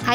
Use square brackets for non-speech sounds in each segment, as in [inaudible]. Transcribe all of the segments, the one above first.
Hi,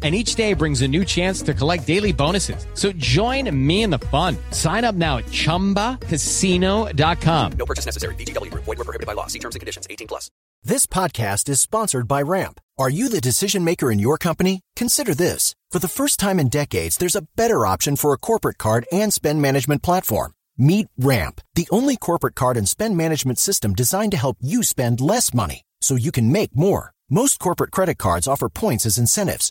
and each day brings a new chance to collect daily bonuses. So join me in the fun. Sign up now at ChumbaCasino.com. No purchase necessary. VGW Group. Void were prohibited by law. See terms and conditions. 18 plus. This podcast is sponsored by Ramp. Are you the decision maker in your company? Consider this. For the first time in decades, there's a better option for a corporate card and spend management platform. Meet Ramp, the only corporate card and spend management system designed to help you spend less money so you can make more. Most corporate credit cards offer points as incentives,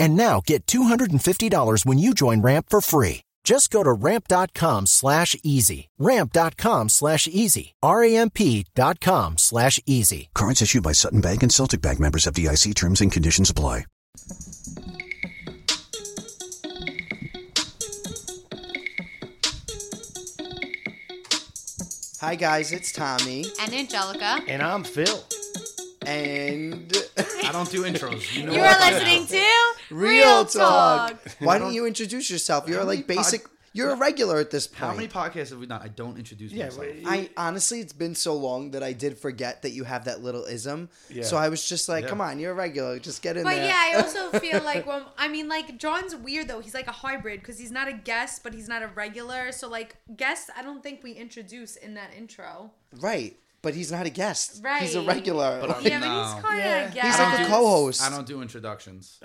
And now get $250 when you join Ramp for free. Just go to ramp.com slash easy. Ramp.com slash easy. R-A-M-P dot com slash easy. Cards issued by Sutton Bank and Celtic Bank members of DIC terms and conditions apply. Hi guys, it's Tommy. And Angelica. And I'm Phil. [laughs] And I don't do intros. You, know you are listening to Real Talk. Why don't you introduce yourself? You're like basic. Pod- you're a regular at this point. How many podcasts have we done? I don't introduce yeah, myself. I honestly, it's been so long that I did forget that you have that little ism. Yeah. So I was just like, yeah. come on, you're a regular. Just get in but there. yeah, I also feel like, well, I mean, like, John's weird, though. He's like a hybrid because he's not a guest, but he's not a regular. So, like, guests, I don't think we introduce in that intro. Right but he's not a guest. Right. He's a regular. But yeah, but he's kind of yeah. a guest. He's like a co-host. I don't do introductions.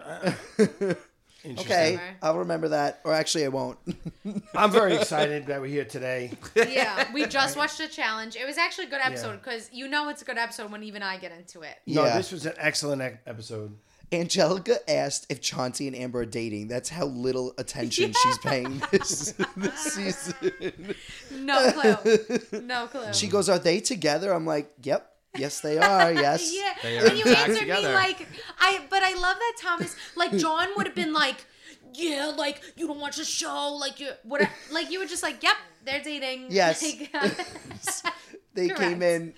okay, I'll remember that. Or actually, I won't. [laughs] I'm very excited that we're here today. Yeah, we just watched the challenge. It was actually a good episode because yeah. you know it's a good episode when even I get into it. No, yeah. this was an excellent e-, episode. Angelica asked if Chauncey and Amber are dating. That's how little attention yeah. she's [laughs] paying this, this season. No clue. No clue. She goes, Are they together? I'm like, Yep. Yes, they are. Yes. yeah. They are and you answered together. me like, I, but I love that Thomas, like, John would have been like, yeah, like you don't watch the show, like you what, like you were just like, yep, they're dating. [laughs] Yes, they Correct. came in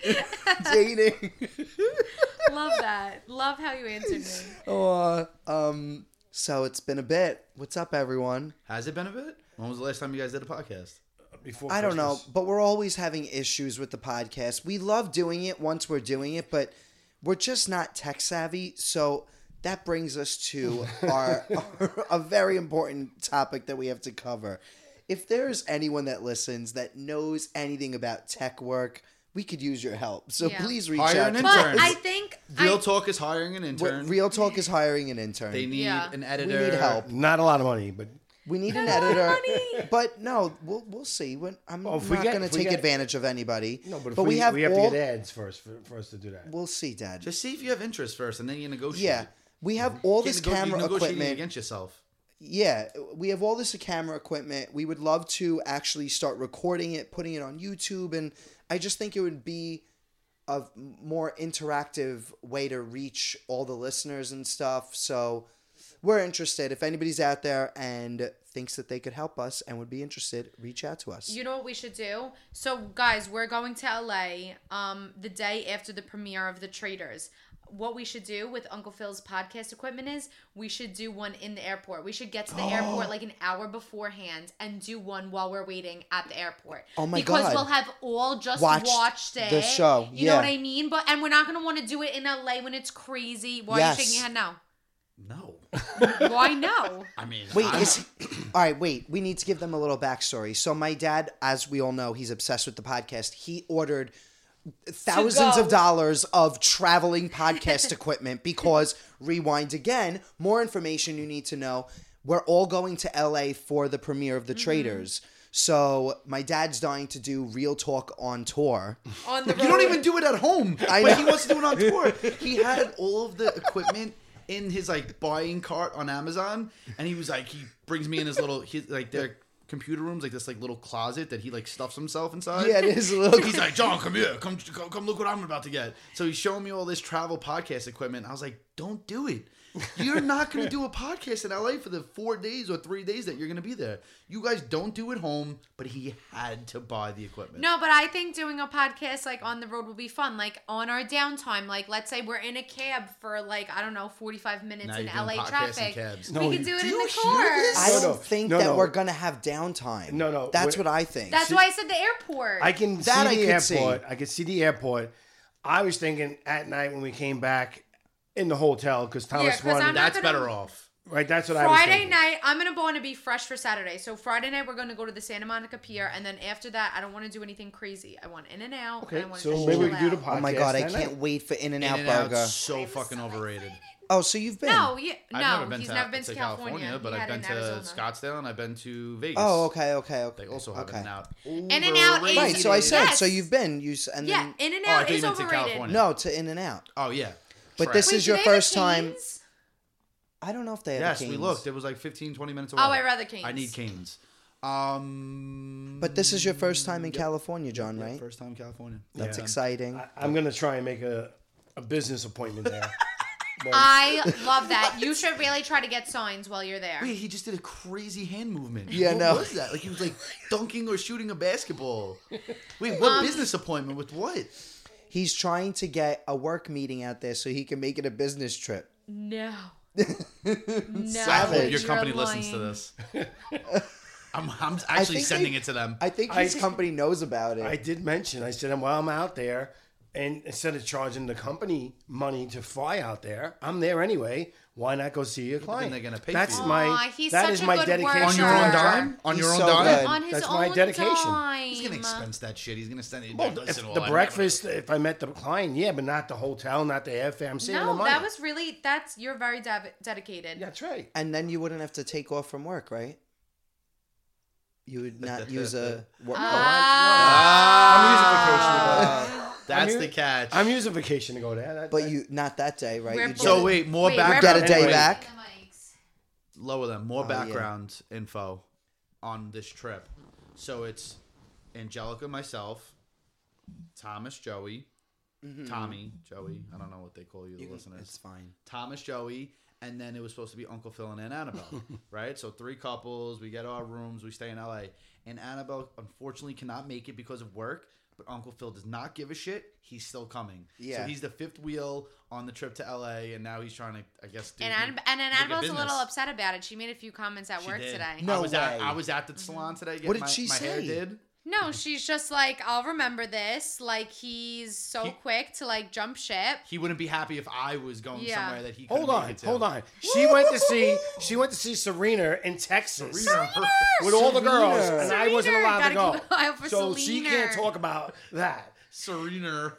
dating. Love that. Love how you answered me. Oh, um, so it's been a bit. What's up, everyone? Has it been a bit? When was the last time you guys did a podcast? Uh, Before I Christmas. don't know, but we're always having issues with the podcast. We love doing it once we're doing it, but we're just not tech savvy, so that brings us [laughs] to our, our, a very important topic that we have to cover. If there's anyone that listens that knows anything about tech work, we could use your help. So yeah. please reach Hire out. An intern. But I think Real I, [laughs] Talk is hiring an intern. Real Talk is hiring an intern. They need yeah. an editor. We need help. Not a lot of money, but we need an editor, but no, we'll we'll see. When I'm oh, not going to take get, advantage of anybody. No, but, but we, we, have we have all, to get ads first for, for us to do that. We'll see, Dad. Just see if you have interest first, and then you negotiate. Yeah, we have all this nego- camera equipment against yourself. Yeah, we have all this camera equipment. We would love to actually start recording it, putting it on YouTube, and I just think it would be a more interactive way to reach all the listeners and stuff. So we're interested. If anybody's out there and thinks that they could help us and would be interested, reach out to us. You know what we should do? So guys, we're going to LA um the day after the premiere of The Traders what we should do with Uncle Phil's podcast equipment is we should do one in the airport. We should [gasps] get to the oh. airport like an hour beforehand and do one while we're waiting at the airport. Oh my because god! Because we'll have all just watched, watched it. The show, you yeah. know what I mean? But and we're not gonna want to do it in LA when it's crazy. Why yes. are you shaking your head now? No. Why no? [laughs] I mean, wait. I is, [clears throat] all right, wait. We need to give them a little backstory. So my dad, as we all know, he's obsessed with the podcast. He ordered thousands of dollars [laughs] of traveling podcast equipment because rewind again more information you need to know we're all going to LA for the premiere Mm-hmm. of The Traitors. So my dad's dying to do Real Talk [laughs] on tour. On the You don't even do it at home. I but know. he wants to do it on [laughs] tour. He had all of the equipment in his like buying cart on Amazon, and he was like, he brings me in his little his, like their computer rooms, like this like little closet that he like stuffs himself inside. Yeah, it is a little- He's like, John, come here, come come come look what I'm about to get. So he's showing me all this travel podcast equipment. I was like, don't do it. You're not going to do a podcast in LA for the four days or three days that you're going to be there. You guys don't do it home, but he had to buy the equipment. No, but I think doing a podcast like on the road will be fun. Like on our downtime, like let's say we're in a cab for like I don't know, forty five minutes Now in you're doing LA podcasts in traffic. cabs. we No, can do it do in you the hear car. this? I No, don't no, think no, that no. we're gonna have downtime. No, no, That's when- what I think. That's why I said the airport. I can That see the I could see. airport. I could see the airport. I was thinking at night when we came back in the hotel because Thomas 'cause won. I'm not That's gonna- better off. right, that's what I was Friday thinking. night, I'm gonna want to be fresh for Saturday. So Friday night, we're gonna go to the Santa Monica Pier, and then after that, I don't want to do anything crazy. I want in and out. Okay, I want so maybe we chill can do the out. podcast. eh? oh my god, I that can't night. wait for In and Out In-N-Out's Burger. so fucking overrated. Oh, so you've been? No, yeah, no, I've never been he's to, never been to, to California, He but I've had been it to in Arizona. Scottsdale and I've been to Vegas. Oh, okay, okay, okay. They also have okay. an out. In-N-Out is- Right, so I said, Yes. so you've been, you s- and Yeah, then In and Oh, I Out thought you is meant to overrated. California. no to In and Out. Oh yeah. But Trash. this Wait, is do your they have first time. Canes? I don't know if they have. a yes, we Cane's. looked. It was like 15, 20 minutes away. Oh, I'd rather Cane's. I need canes. Um, But this is your first time in California, John, right? first time California. That's Yeah. exciting. I, am gonna try and make a, a business appointment [laughs] there. I love that. You should really try to get signs while you're there. Wait, he just did a crazy hand movement. Yeah, what no. was that? Like he was like dunking or shooting a basketball. Wait, what Um, business appointment with what? He's trying to get a work meeting out there so he can make it a business trip. No. no. I hope your you're company listens to lying. this. [laughs] I'm, I'm actually think sending they- it to them. I think I- his company knows about it. I did mention. I said, well, I'm out there, and instead of charging the company money to fly out there, I'm there anyway. Why not go see your client? they're gonna pay That's for it. my. Aw, he's that such is a my good dedication. worker. on your own Sure. dime? On He's your own so dime? good. On his That's own my dedication. Dime. He's gonna expense that shit. He's gonna send it. Well, Listen, if well, the I never- breakfast, if I met the client, yeah, but not the hotel, not the airfare. I'm saving the No, money. that was really that's you're very dev- dedicated. That's right. and then you wouldn't have to take off from work, right? You would not use a Uh, work. Ah. I'm using vacation to go. That's I'm the u- catch. I'm using vacation to go there. That- but that- you not that day, right? We're You so get- we- wait, more Wait, background. get a day Anyway. back. Lower them. More Oh, yeah. background info on this trip. So it's Angelica, myself, Thomas, Joey, Tommy, Joey. I don't know what they call you, the listeners. Mm-hmm. It's fine. Thomas, Joey, and then it was supposed to be Uncle Phil and Aunt [laughs] Annabelle, right? So three couples. We get our rooms. We stay in LA. And Annabelle unfortunately cannot make it because of work. But Uncle Phil does not give a shit. He's still coming. Yeah. So he's the fifth wheel on the trip to LA, and now he's trying to, I guess, do And Anna- and then Annabelle's a little upset about it. She made a few comments at work today. No I No was at way. I was at the salon today. getting What did my, she my Hair say? did. No, she's just like, I'll remember this. Like he's so He- quick to like jump ship. He wouldn't be happy if I was going Yeah. somewhere that he. couldn't Hold make on, it to. hold on. She went to see she went to see Serena in Texas Serena. with all the girls, Serena. and I wasn't Serena, allowed gotta to go. keep an eye out for So she can't Selena. talk about that. [laughs] Serena.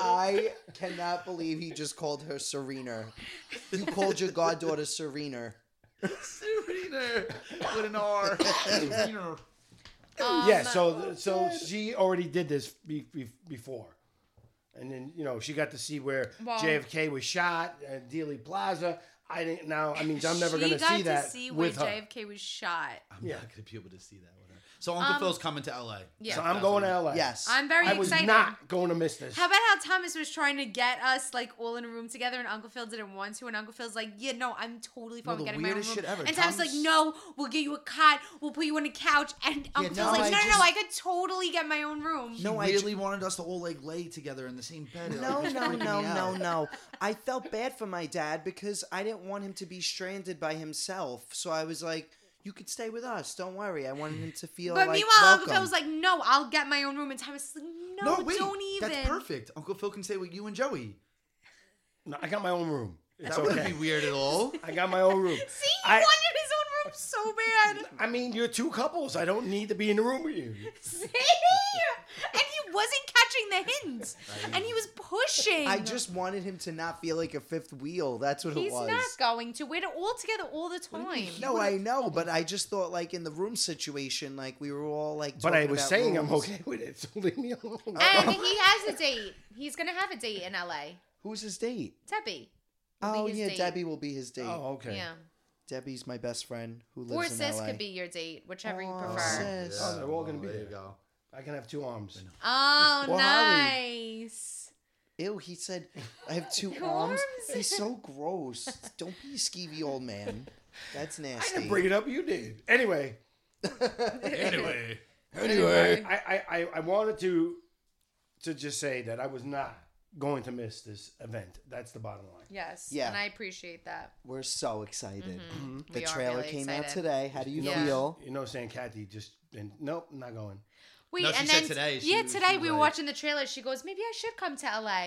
I cannot believe he just called her Serena. You called your goddaughter Serena. Serena with an [laughs] R. Serena. Um, yeah. So so she already did this be, be, before, and then you know she got to see where Well- JFK was shot at Dealey Plaza. I didn't. Now I mean I'm never she going to got see that to see with where her. JFK was shot. I'm not gonna be able to see that with her. So Uncle Phil's coming to LA. Um, Yeah. So I'm going to LA. Yes. I'm very I was excited. not going to miss this. How about how Thomas was trying to get us like all in a room together, and Uncle Phil didn't want to, and Uncle Phil's like, "Yeah, no, I'm totally fine No, the with getting my own room." weirdest shit ever. And Thomas, Thomas- like, "No, we'll get you a cot, we'll put you on a couch," and Uncle no, Phil's like, I "No, no, just- no, I could totally get my own room." No, I I really wanted us to all like lay together in the same bed. It, like, No, was no, freaking me no, no, out. no. I felt bad for my dad because I didn't want him to be stranded by himself. So I was like, "You could stay with us. Don't worry." I wanted him to feel. But like, meanwhile, Uncle Phil welcome. was like, "No, I'll get my own room," and Thomas is like, "No, No, wait, don't even." That's perfect. Uncle Phil can stay with you and Joey. No, I got my own room. It's That wouldn't okay. be weird [laughs] at all. I got my own room. See, he I- wanted his own room so bad. [laughs] I mean, you're two couples. I don't need to be in the room with you. See, and he wasn't catching the hints, and he was pushing. I just wanted him to not feel like a fifth wheel. That's what He's it was. not going to. We're all together all the time. no, I know, but I just thought like in the room situation, like we were all like. But I talking was about saying I'm rules. okay with it, so [laughs] leave me alone. uh, And Uh, he has a date. He's gonna have a date in LA. Who's his date? Debbie. will be Oh his yeah, date. Debbie will be his date. [laughs] Oh, okay. Yeah. Debbie's my best friend who Or lives in sis LA. could be your date, whichever you Oh, prefer. sis. Oh, they're all gonna be There there. you go. I can have two arms. Oh, Well, Holly. nice. Ew, he said, I have two [laughs] Your arms. arms. He's so gross. Don't be a skeevy old man. That's [laughs] I nasty. didn't bring it up. You did. Anyway, [laughs] Anyway, anyway, I, I, I, I wanted to to just say that I was not going to miss this event. That's the bottom line. Yes. Yeah. And I appreciate that. We're so excited. Mm-hmm. The Mm-hmm. We are trailer really came out excited. today. How do you Yeah. feel? You know, saying Kathy just and nope, I'm not going. Wait, No, she and said then today she yeah, was- today she was we were like- watching the trailer. She goes, maybe I should come to LA.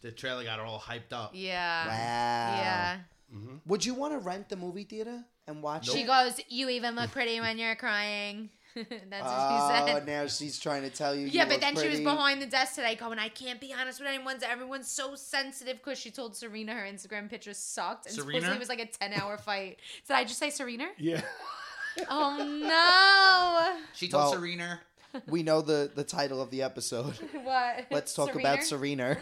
the trailer got her all hyped up. Yeah. Wow. Yeah. Would you want to rent the movie theater and watch She it? goes, you even look pretty when you're crying. [laughs] That's what she Oh, said. now she's trying to tell you. Yeah, you but look then she was pretty. behind the desk today going, I can't be honest with anyone. Everyone's so sensitive because she told Serena her Instagram picture sucked. And supposedly Serena? it was like a 10 hour fight. Did I just say Serena? [laughs] Yeah. Oh, She told Well- Serena. [laughs] We know the, the title of [laughs] the episode. no. What? Let's talk about [laughs] Serena.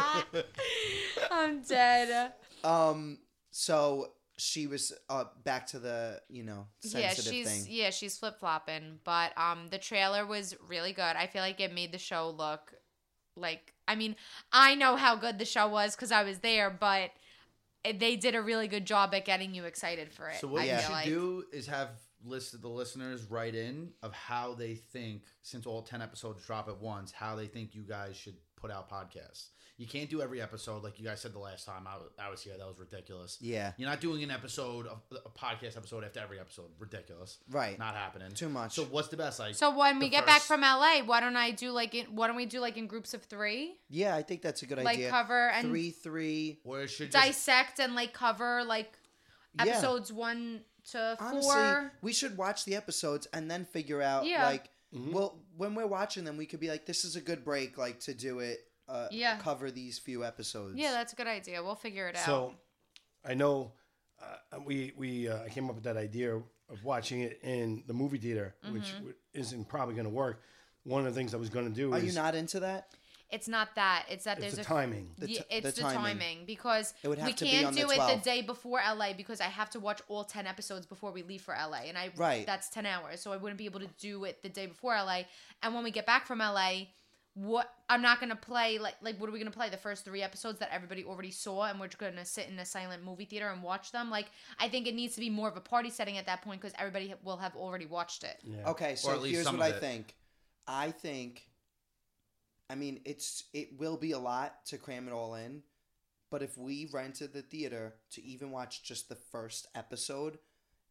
[laughs] I'm dead. Um, so she was uh, back to the you know Yeah, sensitive she's thing. yeah, she's flip flopping. But um the trailer was really good. I feel like it made the show look like I mean, I know how good the show was because I was there, but they did a really good job at getting you excited for it. So what I we Yeah. feel should like. do is have list the listeners write in of how they think since all 10 episodes drop at once how they think you guys should put out podcasts you can't do every episode like you guys said the last time i was, I was here that was ridiculous Yeah. you're not doing an episode of a podcast episode after every episode ridiculous Right. not happening Too much. so what's the best like So when we the get back first- from LA, why don't I do like in, why don't we do like in groups of three, Yeah, I think that's a good like idea. cover and three three. or it should just- dissect and like cover like Yeah. episodes one to Honestly, four. we should watch the episodes and then figure out Yeah. like Mm-hmm. Mm-hmm. well when we're watching them we could be like this is a good break like to do it uh Yeah. cover these few episodes. Yeah, that's a good idea. We'll figure it out. So I know uh, we we uh, I came up with that idea of watching it in the movie theater, Mm-hmm. which w- isn't probably going to work. One of the things I was going to do Are is you not into that? it's not that. It's that it's there's the a timing. The Yeah, ti- it's the the, timing. timing. because It would have we to be can't on the do it the 12th. day before LA because I have to watch all 10 episodes before we leave for LA and I Right. that's 10 hours so I wouldn't be able to do it the day before LA and when we get back from LA what I'm not going to play like like what are we going to play the first 3 episodes that everybody already saw and we're going to sit in a silent movie theater and watch them like I think it needs to be more of a party setting at that point cuz everybody ha- will have already watched it. Yeah. Okay, so at least here's some what I of it. think. I think I mean it's it will be a lot to cram it all in, but if we rented the theater to even watch just the first episode,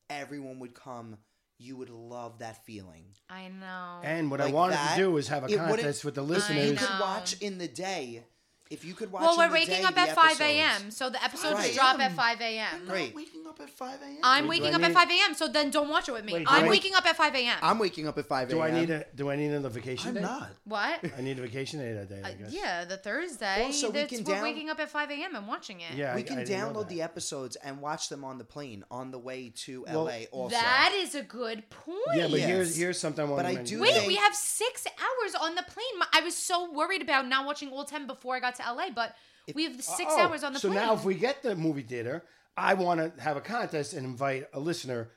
everyone would come. You would love that feeling. I know. And what I Like wanted that, to do is have a it wouldn't- contest with the If you listeners. know. could watch in the day. If you could watch well, in we're the waking day up the at 5 episodes. a.m. so the episodes Right. drop at 5 a.m. I'm not Great. waking up at 5 a.m I'm Wait, do waking I up at need- 5 a.m., so then don't watch it with me. Wait, do I'm I- waking up at 5 a.m. I'm waking up at 5 a.m. Do I need a Do I need a vacation i'm day? not what? I need a vacation day that day. Uh, I guess. yeah, the Thursday. Also, we that's, can we're down- waking up at 5 a.m. and watching it. Yeah. I- We I can didn't know download that. the episodes and watch them on the plane on the way to Well, LA. Also, That is a good point. Yeah, but Yes. here's here's something I want But I to mention. do Wait, think- we have six hours on the plane. My- I was so worried about not watching all 10 before I got to LA, but we have six Oh, hours on the so plane. now if we get the movie theater, I want to have a contest and invite a listener,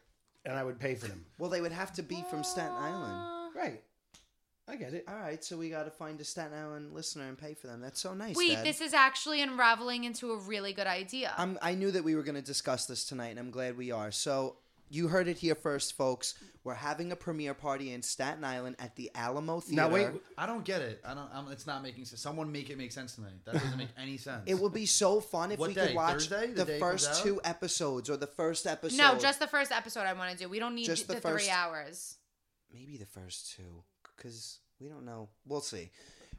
and I would pay for them. well, they would have to be from Staten Uh, Island. Right. Ah. I get it. All right, so we got to find a Staten Island listener and pay for them. That's so nice. Wait, Dad. this is actually unraveling into a really good idea. I'm, I knew that we were going to discuss this tonight, and I'm glad we are. So you heard it here first, folks. We're having a premiere party in Staten Island at the Alamo Theater. Now wait, I don't get it. I don't. I'm, it's not making sense. Someone make it make sense to me. That doesn't make any sense. [laughs] It would be so fun if What we day? could watch Thursday? the, The day it comes first out? two episodes or the first episode. no, just the first episode I want to do. We don't need Just the the, three first- hours. maybe the first two because we don't know. We'll see.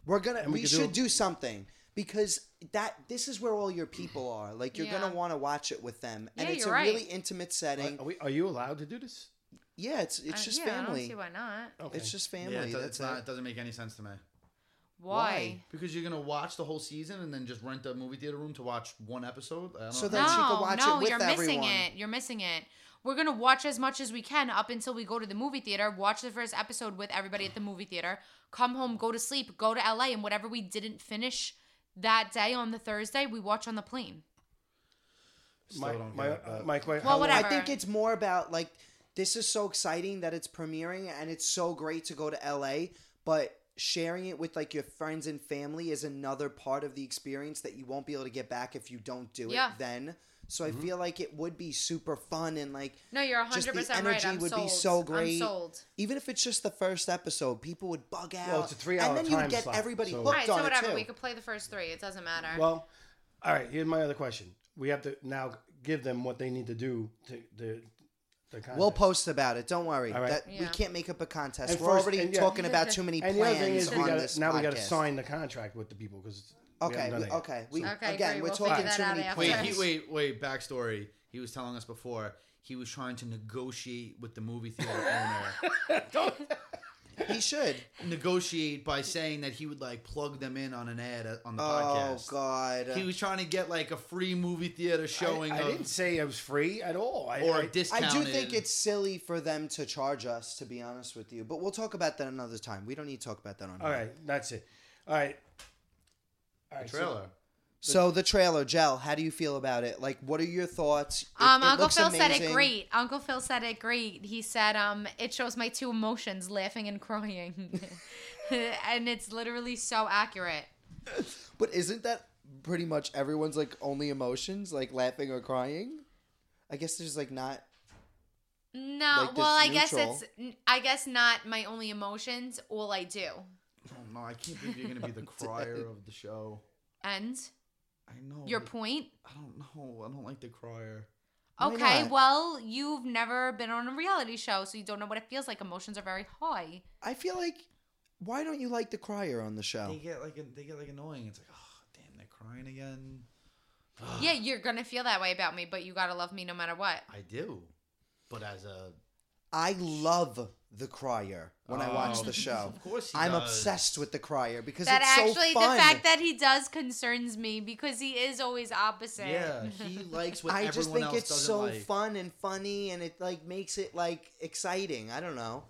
We're gonna we we, could should do- do, something because that this is where all your people are. Like you're Yeah. gonna want to watch it with them, and Yeah, it's you're a really right. intimate setting. are, we, are you allowed to do this? Yeah, it's it's I- just Uh, yeah, family. I don't see why not. It's just family. Yeah, it, do- That's it's not, it. it doesn't make any sense to me. Why? Because you're gonna watch the whole season and then just rent a movie theater room to watch one episode. I don't know. So then she could no, watch it no, with you're missing everyone. it. You're missing it. We're gonna watch as much as we can up until we go to the movie theater. Watch the first episode with everybody at the movie theater. Come home, go to sleep, go to LA, and whatever we didn't finish that day on the Thursday, we watch on the plane. My don't my get it, but- my question. Well, I whatever. think it's more about like this is so exciting that it's premiering and it's so great to go to LA, but sharing it with like your friends and family is another part of the experience that you won't be able to get back if you don't do Yeah. it then. So Mm-hmm. I feel like it would be super fun and like No, you're 100 just the percent right. energy I'm would sold. be so I'm great. sold. Even if it's just the first episode, people would bug out. it's a three-hour and then you time would get slot, everybody so- hooked All right, on so it whatever. too. We could play the first three. It doesn't matter. Well, all right. Here's my other question. We have to now give them what they need to do to the. the content. We'll post about it. Don't worry. All right. That we Yeah. can't make up a contest. And We're first- already and yeah. talking about too many and plans the other thing is, we on gotta, this now we got to sign the contract with the people because Okay, we- okay. We, Okay, again, great. we're We'll talking figure too that many out Wait, after. he, plans. wait, wait. Backstory: He was telling us before he was trying to negotiate with the movie [laughs] theater owner. He should. negotiate by saying that he would like plug them in on an ad uh, on the Oh podcast. God. He was trying to get like a free movie theater showing I, I of- didn't say it was free at all. I, or I- a discount. I do think it's silly for them to charge us, to be honest with you. But we'll talk about that another time. We don't need to talk about that on all here. right. That's it. All right. All right. so- [laughs] trailer. So the trailer, Gel, how do you feel about it? Like, what are your thoughts? It- Um, it Uncle looks Phil said it amazing. great. Uncle Phil said it great. He said, um, it shows my two emotions, laughing and crying. [laughs] and it's literally so accurate. But isn't that pretty much everyone's like only emotions, like laughing or crying? I guess there's like not. No, Like this well, I guess neutral. it's, I guess not my only emotions, all I do. Oh, no, I can't believe you're gonna be the crier of the show. And I know. Oh, your but point? I don't know. I don't like the crier. Why Okay, not? well, you've never been on a reality show, so you don't know what it feels like. Emotions are very [sighs] high. I feel like. Why don't you like the crier on the show? They get like they get like annoying. It's like, oh damn, they're crying again. yeah, you're gonna feel that way about me, but you gotta love me no matter what. I do, but as a I love the crier when I watch Oh, the show. of course he I'm does. obsessed with the crier because that it's actually so fun. the fact that he does concerns me because he is always opposite. [laughs] yeah, he likes what I everyone just think else it's doesn't so like. fun and funny and it like makes it like exciting. I don't know.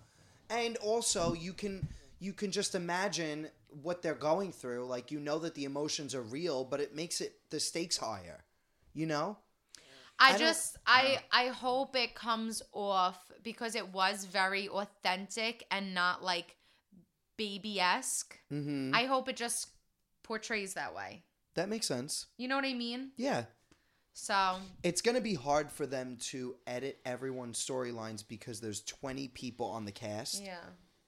And also you can you can just imagine what they're going through. Like you know that the emotions are real, but it makes it the stakes higher. You know? I, I don't- just I I hope it comes off because it was very authentic and not like baby esque. Mhm. I hope it just portrays that way. That makes sense. You know what I mean? Yeah. So It's going to be hard for them to edit everyone's storylines because there's 20 people on the cast. yeah.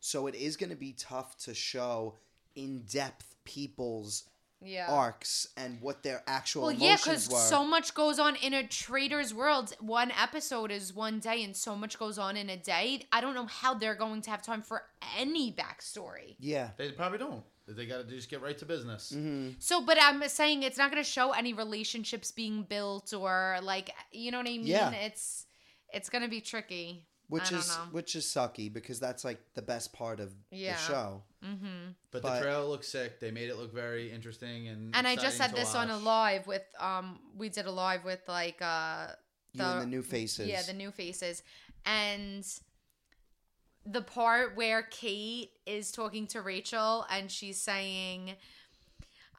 So it is going to be tough to show in depth people's Yeah. arcs and what their actual well, yeah, because emotions were. so much goes on in a trader's world. One episode is one day, and so much goes on in a day. I don't know how they're going to have time for any backstory. yeah. They probably don't. They got to just get right to business. So, but I'm saying it's not going to show any relationships being built or like you know what I mean. Yeah. It's it's going to be tricky. I Which don't is know. which is sucky because that's like the best part of Yeah. the show. Mm-hmm. But, But- the trailer looks sick. They made it look very interesting and. and I just exciting had to this on a watch. live with um we did a live with like uh You and the new faces. yeah the new faces and the part where Kate is talking to Rachel and she's saying.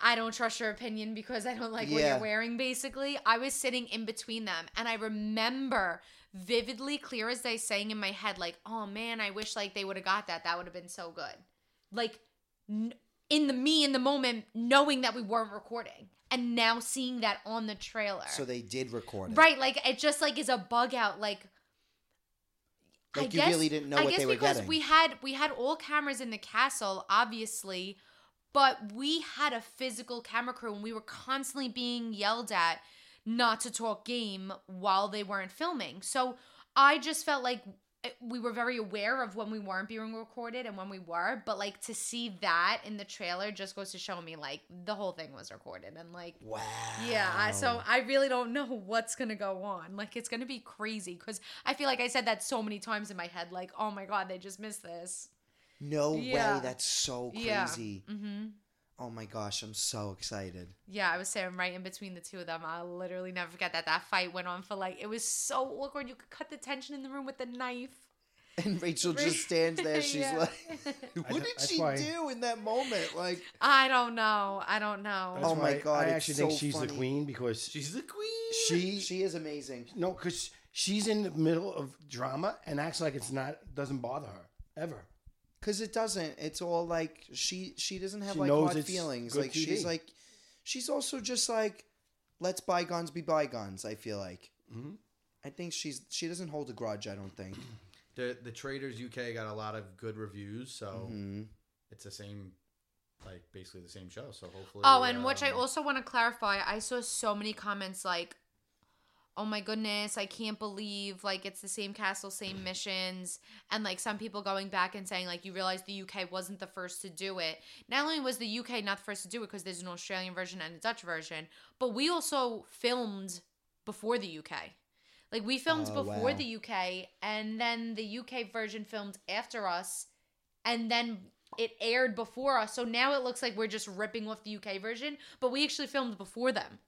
I don't trust your opinion because I don't like what Yeah. you're wearing, basically. I was sitting in between them and I remember vividly, clear as day, saying in my head, like, oh man, I wish like they would have got that. That would have been so good. Like n- in the me in the moment, knowing that we weren't recording and now seeing that on the trailer. So they did record it. right. Like it just like is a bug out. Like, Like you really didn't know I what guess they were because getting. we had we had all cameras in the castle, obviously, but we had a physical camera crew and we were constantly being yelled at not to talk game while they weren't filming. So I just felt like it- we were very aware of when we weren't being recorded and when we were, but like to see that in the trailer just goes to show me like the whole thing was recorded and like wow. Yeah, I- so I really don't know what's going to go on. Like it's going to be crazy cuz I feel like I said that so many times in my head like, "Oh my god, they just missed this." No Yeah. way. That's so crazy. Yeah. Mhm. Oh my gosh, I'm so excited. [laughs] Yeah, I was sitting right in between the two of them. I'll literally never forget that. That fight went on for like it was so awkward. You could cut the tension in the room with a knife. And Rachel just [laughs] stands there. She's Yeah. like, [laughs] "What did that's she why- do in that moment?" Like, [laughs] I don't know. I don't know. That's Oh my why God, I it's actually so think she's funny. the queen because She's the queen. she she is amazing. no, because she's in the middle of drama and acts like it's not doesn't bother her ever. Cause it doesn't. It's all like she she doesn't have She like knows hard it's feelings. good Like she's TV. like she's also just like let's bygones be bygones. I feel like Mhm. I think she's she doesn't hold a grudge. I don't think. The the Traders UK got a lot of good Oh. reviews, so Mhm. it's the same, like basically the same show. So hopefully. Oh, and which I um, also want to clarify, I saw so many comments like, "Oh my goodness, I can't believe like it's the same castle, same missions," and like some people going back and saying like, "You realize the UK wasn't the first to do it. Not only was the UK not the first to do it because there's an Australian version and a Dutch version, but we also filmed before the UK." Like we filmed Oh, before wow. the UK and then the UK version filmed after us and then it aired before us. So now it looks like we're just ripping off the UK version, but we actually filmed before them.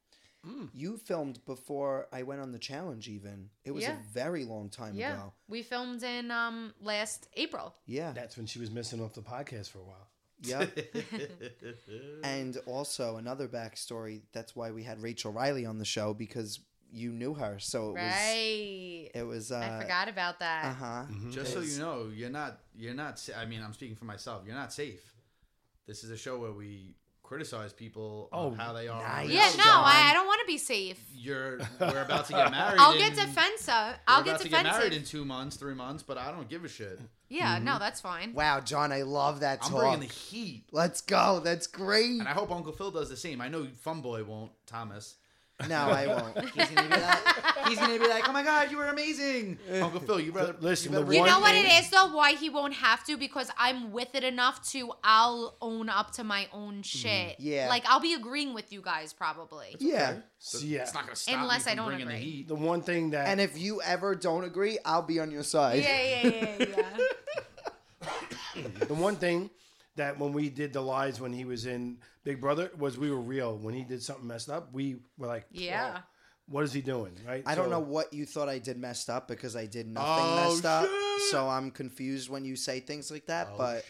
Hmm. You filmed before I went on the challenge. Even it was Yeah. a very long time yeah. ago. We filmed in um last April. Yeah, That's when she was missing off the podcast for a while. [laughs] yeah. [laughs] and also another backstory. That's why we had Rachel Riley on the show because you knew her. So it right. was it was. Uh, I forgot about that. Uh huh. Mm-hmm. Just so you know, you're not you're not. sa- I mean, I'm speaking for myself. You're not safe. This is a show where we criticize people on Oh, how they are. nice. Yeah, Yes, no, I, I don't want to be safe. You're we're about [laughs] to get married. I'll get in- defensive. We're I'll about get to get married defensive. in two months, three months, but I don't give a shit. yeah, Mm-hmm. no, that's fine. Wow, John, I love that I'm talk. bringing the heat, Let's go. That's great. and I hope Uncle Phil does the same. I know Funboy won't, Thomas. [laughs] No, I won't. He's [laughs] gonna be like, he's gonna be like, "Oh my God, you were [laughs] amazing, Uncle Phil." You better Listen, You, better the bring You one know what thing- it is though? Why he won't have to? Because I'm with it enough to I'll own up to my own shit. Mm-hmm. Yeah. Like I'll be agreeing with you guys probably. Yeah. So, yeah, It's not gonna stop Unless me I from don't bringing the agree. heat. the one thing that And if you ever don't agree, I'll be on your side. yeah, yeah, yeah, [laughs] yeah. the one thing that when we did the lies when he was in Big Brother was we were real. When he did something messed up, we were like, Yeah. "Well, what is he doing?" Right? I don't So- know what you thought I did messed up because I did nothing Oh, messed up. shit. Oh, So I'm confused when you say things like that. but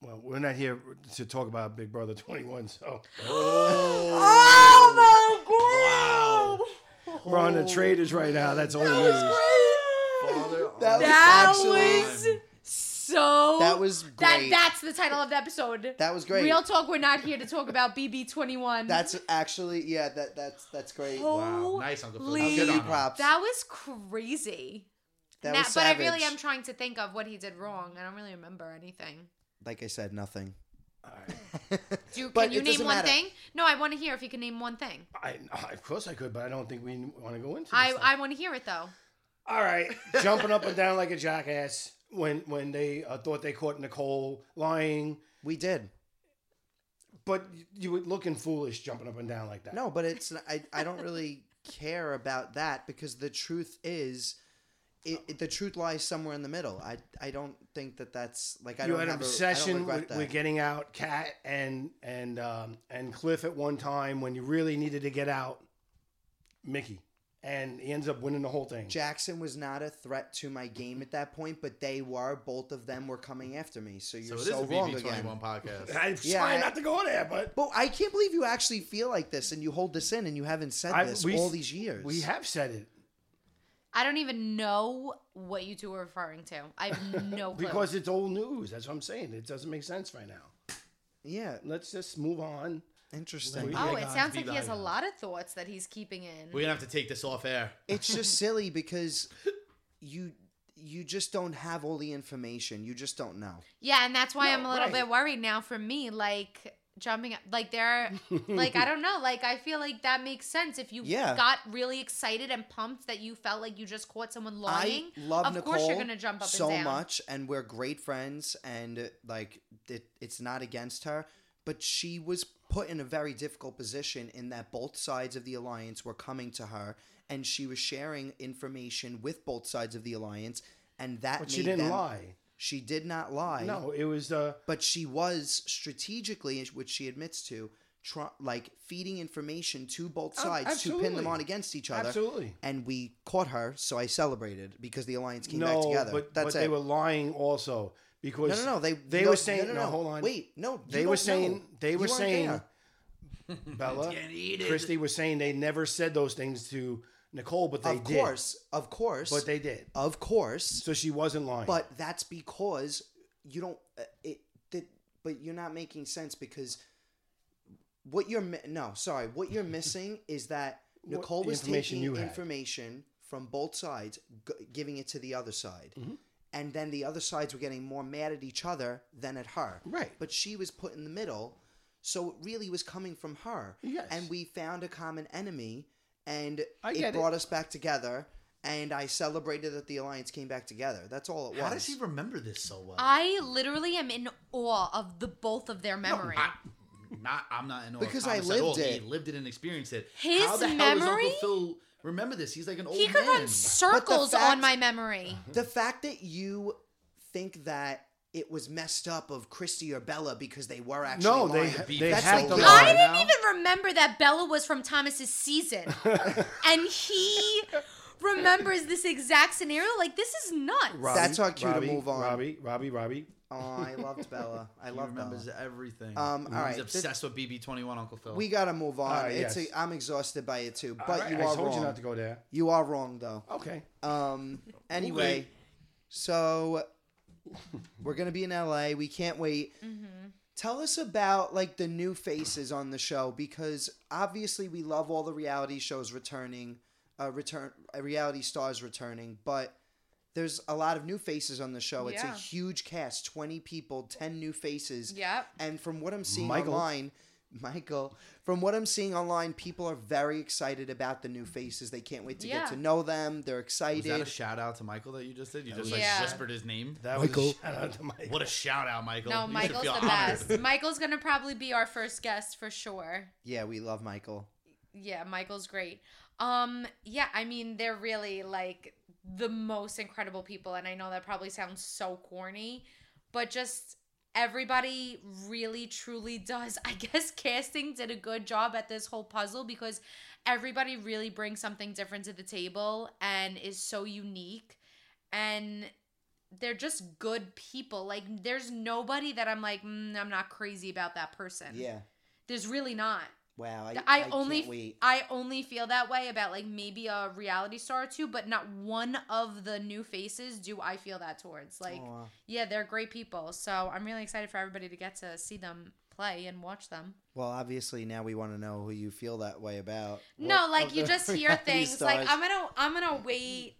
Well, we're not here to talk about Big Brother 21, so oh we're on the traders right now. That's all it is. Father, That was That actually was so. that was great. That, that's the title of the episode. That was great. Real talk. We're not here to talk about BB21. that's actually yeah. That that's that's great. wow, nice Uncle Phil. I'll I'll give get you on him. props. That was crazy. That Now- was but I savage. really am trying to think of what he did wrong. I don't really remember anything. like I said, nothing. [laughs] Do you, But can you name it doesn't one matter. thing? No, I want to hear if you can name one thing. I, of course I could, but I don't think we want to go into. This I, stuff. I want to hear it though. [laughs] All right, jumping up and down like a jackass when when they uh, thought they caught Nicole lying, We did. but you were looking foolish jumping up and down like that. No, but it's I, I don't really care about that because the truth is, it, it- the truth lies somewhere in the middle. I I don't think that that's like I you don't had an have a- I don't obsession regret with, that. with getting out, Cat and and um, and Cliff at one time when you really needed to get out, Mickey, and he ends up winning the whole thing. Jackson was not a threat to my game at that point, but they were. Both of them were coming after me. So So you're it so, is the wrong BB21 again. podcast. I'm Yeah, trying [laughs] I- not to go there, but But I can't believe you actually feel like this and you hold this in and you haven't said I- this we- all these years. we have said it I don't even know what you two are referring to. I have [laughs] no clue. because it's old news. That's what I'm saying. It doesn't make sense right now. Yeah, Let's just move on. interesting. oh, it Bygones sounds be like he has a bygones. lot of thoughts that he's keeping in. We're gonna have to take this off air. it's just [laughs] silly because you you just don't have all the information. You just don't know. Yeah, and that's why No, I'm a little right. bit worried now for me. Like, jumping up. Like [laughs] they're like I don't know. Like I feel like that makes sense. If you Yeah. got really excited and pumped that you felt like you just caught someone lying, I love of Nicole course you're gonna jump up so and down. much, and we're great friends, and like it, it's not against her, but she was put in a very difficult position in that both sides of the alliance were coming to her, and she was sharing information with both sides of the alliance, and that But she made didn't them- lie. She did not lie. No, it was uh, the. But she was strategically, which she admits to, tr- like feeding information to both Ab- sides to pin absolutely. them on against each other. Absolutely. And we caught her, so I celebrated because the alliance came no, back together. but That's but it. they were lying also because no, no, no. They they no, were saying no, no, no, no. hold on Wait, no. they you were don't saying know. they You were weren't saying there. Bella It's getting heated. Christy was saying they never said those things to Nicole, but they of did. course, of course, but they did. of course. So she wasn't lying. But that's because you don't. Uh, it that, but you're not making sense because what you're mi- no sorry what [laughs] you're missing is that What Nicole was information taking you had. information from both sides, g- giving it to the other side. Mm-hmm. And then the other sides were getting more mad at each other than at her. Right. But she was put in the middle, so it really was coming from her. Yes. And we found a common enemy, and I it get it. brought us back together. And I celebrated that the alliance came back together. That's all it was. How does he remember this so well? I literally am in awe of the both of their No, memory. I- not I'm not in awe of Because I Thomas at all. lived it. He lived it and experienced it. His How the hell memory? does Uncle Phil remember this? He's like an old he could Oh, man. run circles fact- on my memory. hmm. the fact that you think that it was messed up of Christy or Bella because they were actually No, they- lying. they That's had like to guilt. lie. I now? didn't even remember that Bella was from Thomas's season, and he remembers this exact scenario. Like this is nuts. Robbie, That's our cue to Robbie, move on. Robbie, Robbie, Robbie. [laughs] Oh, I loved Bella. He I love Bella. remembers everything. Um, all right, He's this- obsessed with BB21 Uncle Phil. We gotta move on. All right, it's Ah, yes. a, I'm exhausted by it too. But All right, you I are told wrong. you not to go there. You are wrong though. Okay. Um. Anyway, so we're gonna be in LA. We can't wait. Tell us about like the new faces on the show because obviously we love all the reality shows returning, uh, return uh, reality stars returning, but there's a lot of new faces on the show. It's a Yeah. huge cast, twenty people, ten new faces. Yep. And from what I'm seeing Michael. online, Michael, from what I'm seeing online, people are very excited about the new faces. They can't wait to Yeah. get to know them. They're Was that a excited. shout out to Michael that you just did? You just was- like Yeah. whispered his name. That Michael. was a shout out to Michael. What a shout out, Michael. No, You should Michael's the feel honored. best. Michael's gonna probably be our first guest for sure. yeah, we love Michael. Yeah, Michael's great. Um, yeah, I mean they're really like the most incredible people, and I know that probably sounds so corny, but just everybody really truly does. [laughs] I guess casting did a good job at this whole puzzle because everybody really brings something different to the table and is so unique and they're just good people. Like there's nobody that I'm like, mm, I'm not crazy about that person. Yeah. There's really not. Wow. I, I, I only can't wait. I only feel that way about like maybe a reality star or two, but not one of the new faces do I feel that towards. Like, Aw. yeah, they're great people, so I'm really excited for everybody to get to see them play and watch them. Well, obviously now we want to know who you feel that way about. no, What like [laughs] of you the just hear reality things like stars- I'm gonna I'm gonna wait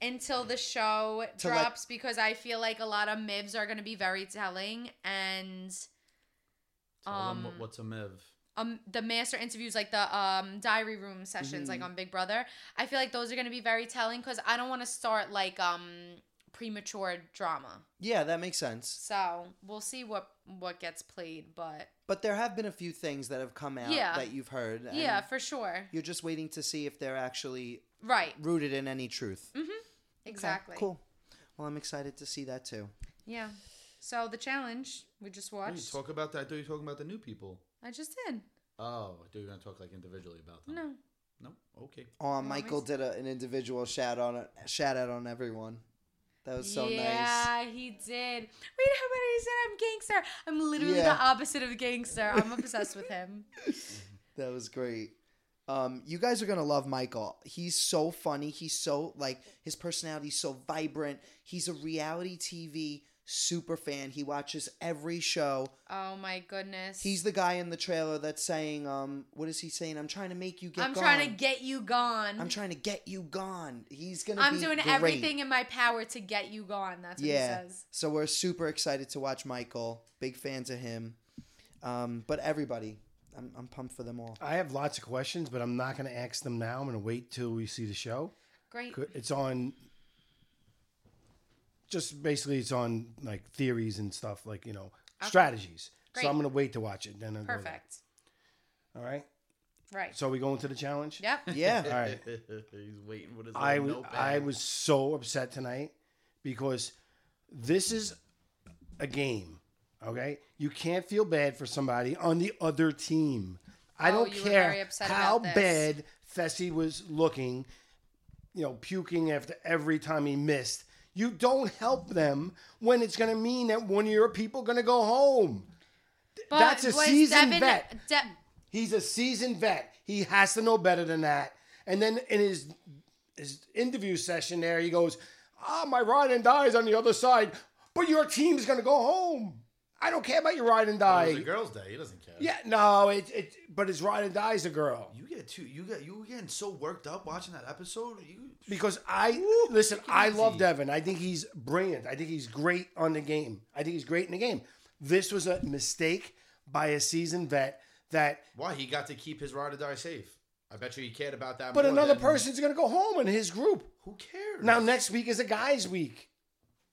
until the show To let- drops because I feel like a lot of mibs are gonna be very telling and Tell them Um, what- what's a MIV. um the master interviews like the um diary room sessions like Mm-hmm. on Big Brother. I feel like those are going to be very telling cuz I don't want to start like um premature drama. Yeah, that makes sense. So, we'll see what what gets played, but But there have been a few things that have come out Yeah. that you've heard. and yeah, for sure. You're just waiting to see if they're actually Right. rooted in any truth. Mm-hmm. Exactly. Cool. Well, I'm excited to see that too. Yeah. So, the challenge we just What You watched. talk about that. I thought you were talking about the new people. I just did. Oh, I thought you were going to talk like individually about them. No. No? Okay. Oh, Michael did a, an individual shout on shout out on everyone. That was so nice. yeah, he did. Wait, how about I said I'm gangster? I'm literally Yeah. the opposite of gangster. I'm obsessed with [laughs] him. That was great. Um, you guys are gonna love Michael. He's so funny. He's so like his personality's so vibrant. He's a reality TV super fan. He watches every show. Oh my goodness. He's the guy in the trailer that's saying, um, what is he saying? I'm trying to make you get I'm gone. trying to get you gone. I'm trying to get you gone. He's gonna I'm be doing great. everything in my power to get you gone. That's what he says. So we're super excited to watch Michael. Big fans of him. Um, but everybody, I'm, I'm pumped [laughs] for them all. I have lots of questions, but I'm not going to ask them now. I'm going to wait till we see the show. Great. Co- It's on. Just basically, it's on like theories and stuff, like you know strategies. Great. So I'm going to wait to watch it. Then I'll go there. Perfect. All right. Right. So we going to the challenge? Yep. Yeah. All right. He's waiting. What is eh." that? I was I was so upset tonight because this is a game. Okay, you can't feel bad for somebody on the other team. I Oh, don't you were care very upset how about this. bad Fessy was looking. You know, puking after every time he missed. You don't help them when it's going to mean that one of your people going to go home. But That's a was seasoned Devin- vet. De- He's a seasoned vet. He has to know better than that. And then in his his interview session there, he goes, Ah, my ride and die is on the other side, but your team's gonna go home. I don't care about your ride and Oh, It die. was a girl's day. He doesn't care. yeah, no, it, it but his ride and die is a girl. You get too. You get. You were getting so worked up watching that episode. You. Because I listen, I love easy. Devin. I think he's brilliant. I think he's great on the game. I think he's great in the game. This was a mistake by a seasoned vet that Why he got to keep his ride or die safe? I bet you he cared about that. but more another than- person's gonna go home in his group. Who cares? Now next week is a guys' week,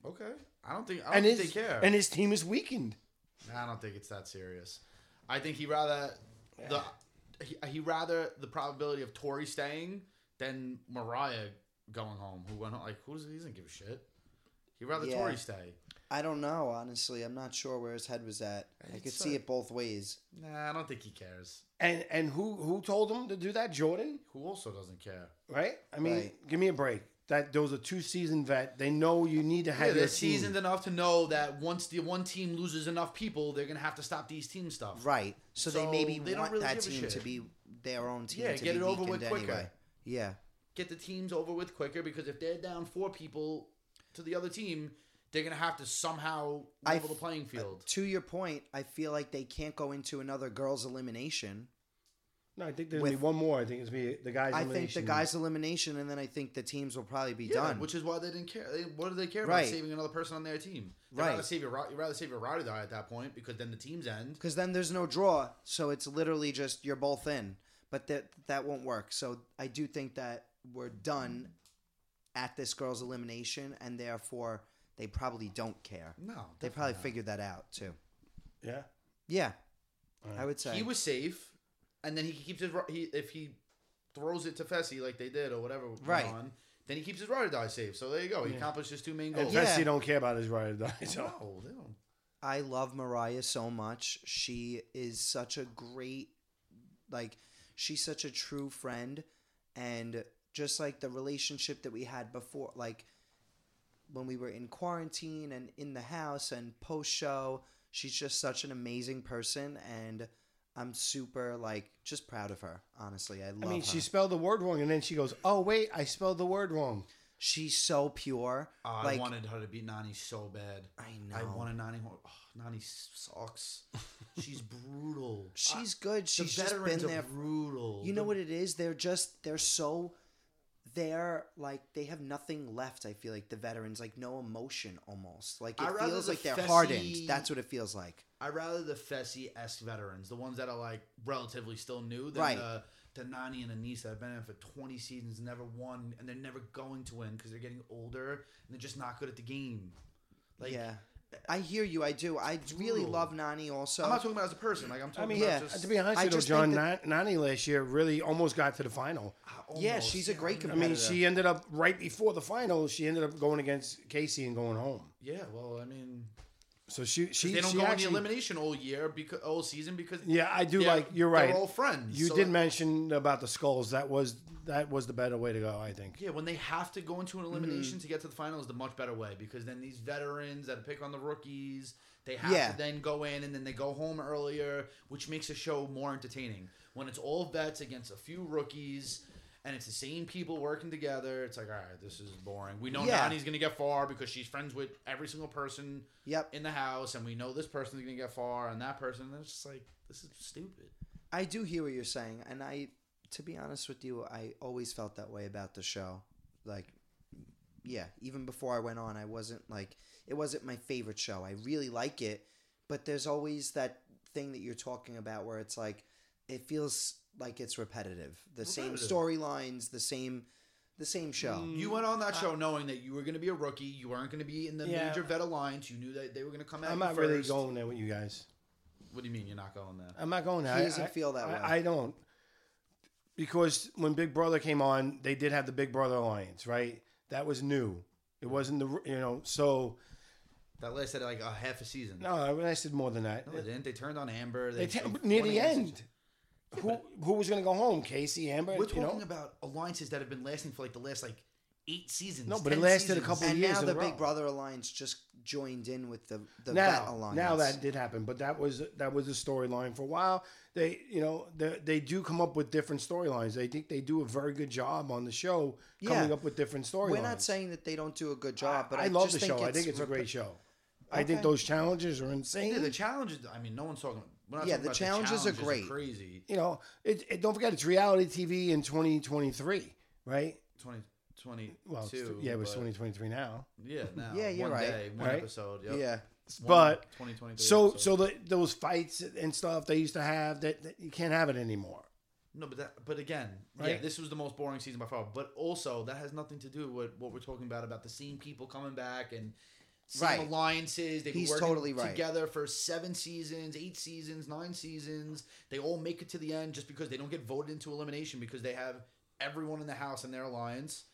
Okay. I don't think. I don't and think his they care. and his team is weakened. Nah, I don't think it's that serious. I think he rather the he, he rather the probability of Tori staying than Mariah going home. Who went home, like who's he doesn't give a shit. He rather Yeah. Tori stay. I don't know, honestly. I'm not sure where his head was at. I could It's see a- it both ways. Nah, I don't think he cares. And and who who told him to do that? Jordan, Who also doesn't care? right? I mean, Right. give me a break. That those are two seasoned vet. They know you need to have Yeah, your they're team. seasoned enough to know that once the one team loses enough people, they're gonna have to stop these team stuff. Right. So, they So maybe they don't want really that give a team to shit. be their own team Yeah, to get be it over with weakened quicker. anyway. Yeah. Get the teams over with quicker because if they're down four people to the other team, they're gonna have to somehow I level the f- uh, playing field. To your point, I feel like they can't go into another girls' elimination. No, I think there's gonna be With- one more. I think it's gonna be the guys. I think the elimination. guys' elimination, and then I think the teams will probably be Yeah, done. Which is why they didn't care. They, what do they care Right. about saving another person on their team? They'd Right. Rather save your ri- you'd rather save your ride or die at that point because then the teams end. because then there's no draw, so it's literally just you're both in. But that that won't work. So I do think that we're done at this girl's elimination, and therefore they probably don't care. No, they probably figured that out too. Yeah. Yeah, I would say He was safe, and then he keeps his ri- he if he throws it to Fessy like they did or whatever. went Right. On, then he keeps his ride or die safe. So there you go. He accomplished his two main And goals. Yeah. Fessy don't care about his ride [laughs] or die. So. Oh. No, they don't. I love Mariah so much. She is such a great, like, she's such a true friend. And just like the relationship that we had before, like, when we were in quarantine and in the house and post show, she's just such an amazing person. And I'm super, like, just proud of her, honestly. I love I mean, her. she spelled the word wrong, and then she goes, "Oh wait, I spelled the word wrong." she's so pure. Uh, like, I wanted her to beat Nani so bad. I know. I wanted Nani. ho- Oh, Nani [laughs] sucks. She's brutal. she's good. She's the just veterans been are there brutal. You know The- what it is? They're just they're so they're like they have nothing left. I feel like the veterans like no emotion almost. Like I'd it rather feels the like they're Fessy- hardened. That's what it feels like. I rather the Fessy esque veterans, the ones that are like relatively still new, than Right. the, the Nani and Anissa that have been in for 20 seasons, never won, and they're never going to win because they're getting older and they're just not good at the game. Like, yeah, I hear you. I do. I really brutal. love Nani also. I'm not talking about as a person. Like, I'm talking I mean, about yeah, just. to be honest, I with you, just John think that- Nan- Nani last year really almost got to the final. yeah, she's a great I competitor. mean, she ended up right before the final. She ended up going against Casey and going home. yeah, well, I mean, So she she they don't she go actually, in the elimination all year, because all season, because. Yeah, I do they're- like you're they're right. all friends, You so did that- mention about the skulls. That was that was the better way to go, I think. Yeah, when they have to go into an elimination Mm-hmm. to get to the final is the much better way because then these veterans that pick on the rookies, they have Yeah. to then go in and then they go home earlier, which makes the show more entertaining. When it's all vets against a few rookies and it's the same people working together, it's like, all right, this is boring. We know Yeah. Nani's going to get far because she's friends with every single person Yep. in the house and we know this person's going to get far and that person. And it's just like, this is stupid. I do hear what you're saying, and I, to be honest with you, I always felt that way about the show. Like, yeah, even before I went on, I wasn't like it wasn't my favorite show. I really like it, but there's always that thing that you're talking about where it's like it feels like it's repetitive. The same Repetitive. storylines, the same the same show. Mm, You went on that show knowing that you were going to be a rookie. You weren't going to be in the Yeah. major vet alliance. You knew that they were going to come out. I'm not really going there with you guys. What do you mean you're not going there? I'm not going there. He I- doesn't I- feel that I- way. I don't. Because when Big Brother came on, they did have the Big Brother Alliance, right? That was new. It wasn't the, you know, so. That lasted like a half a season. No, I lasted more than that. No, they didn't. They turned on Amber. They They, ta- they- near the 20 end. Who who was going to go home? Casey, Amber. We're you know? talking about alliances that have been lasting for like the last like eight seasons. No, but it 10 lasted a seasons. couple And years now in the a row. Big Brother Alliance just joined in with the the Vet now, Alliance. now that did happen, but that was that was the storyline for a while. They, you know, they, they do come up with different storylines. They think they do a very good job on the show coming Yeah. up with different storylines. We're not saying that they don't do a good job, but I, I, love just the think show. I think it's a rep- great show. I think Okay. those challenges are insane. Yeah, the challenges. I mean, no one's talking. We're not Yeah, talking the about challenges are great. crazy. you know, it, it, don't forget it's reality TV in 2023, right? 2022. Well, it's- yeah, it was but- 2023 now. Yeah, now. Yeah, you're one right. Day, one Right? episode. Yep. Yeah. One but 2023 so episode. so the, those fights and stuff they used to have that, that you can't have it anymore. No, but that, but again, yeah, Right. this was the most boring season by far. But also, that has nothing to do with what we're talking about about the same people coming back and same Right. alliances. They've been He's working totally right. together for seven seasons, eight seasons, nine seasons. They all make it to the end just because they don't get voted into elimination because they have everyone in the house in their alliance.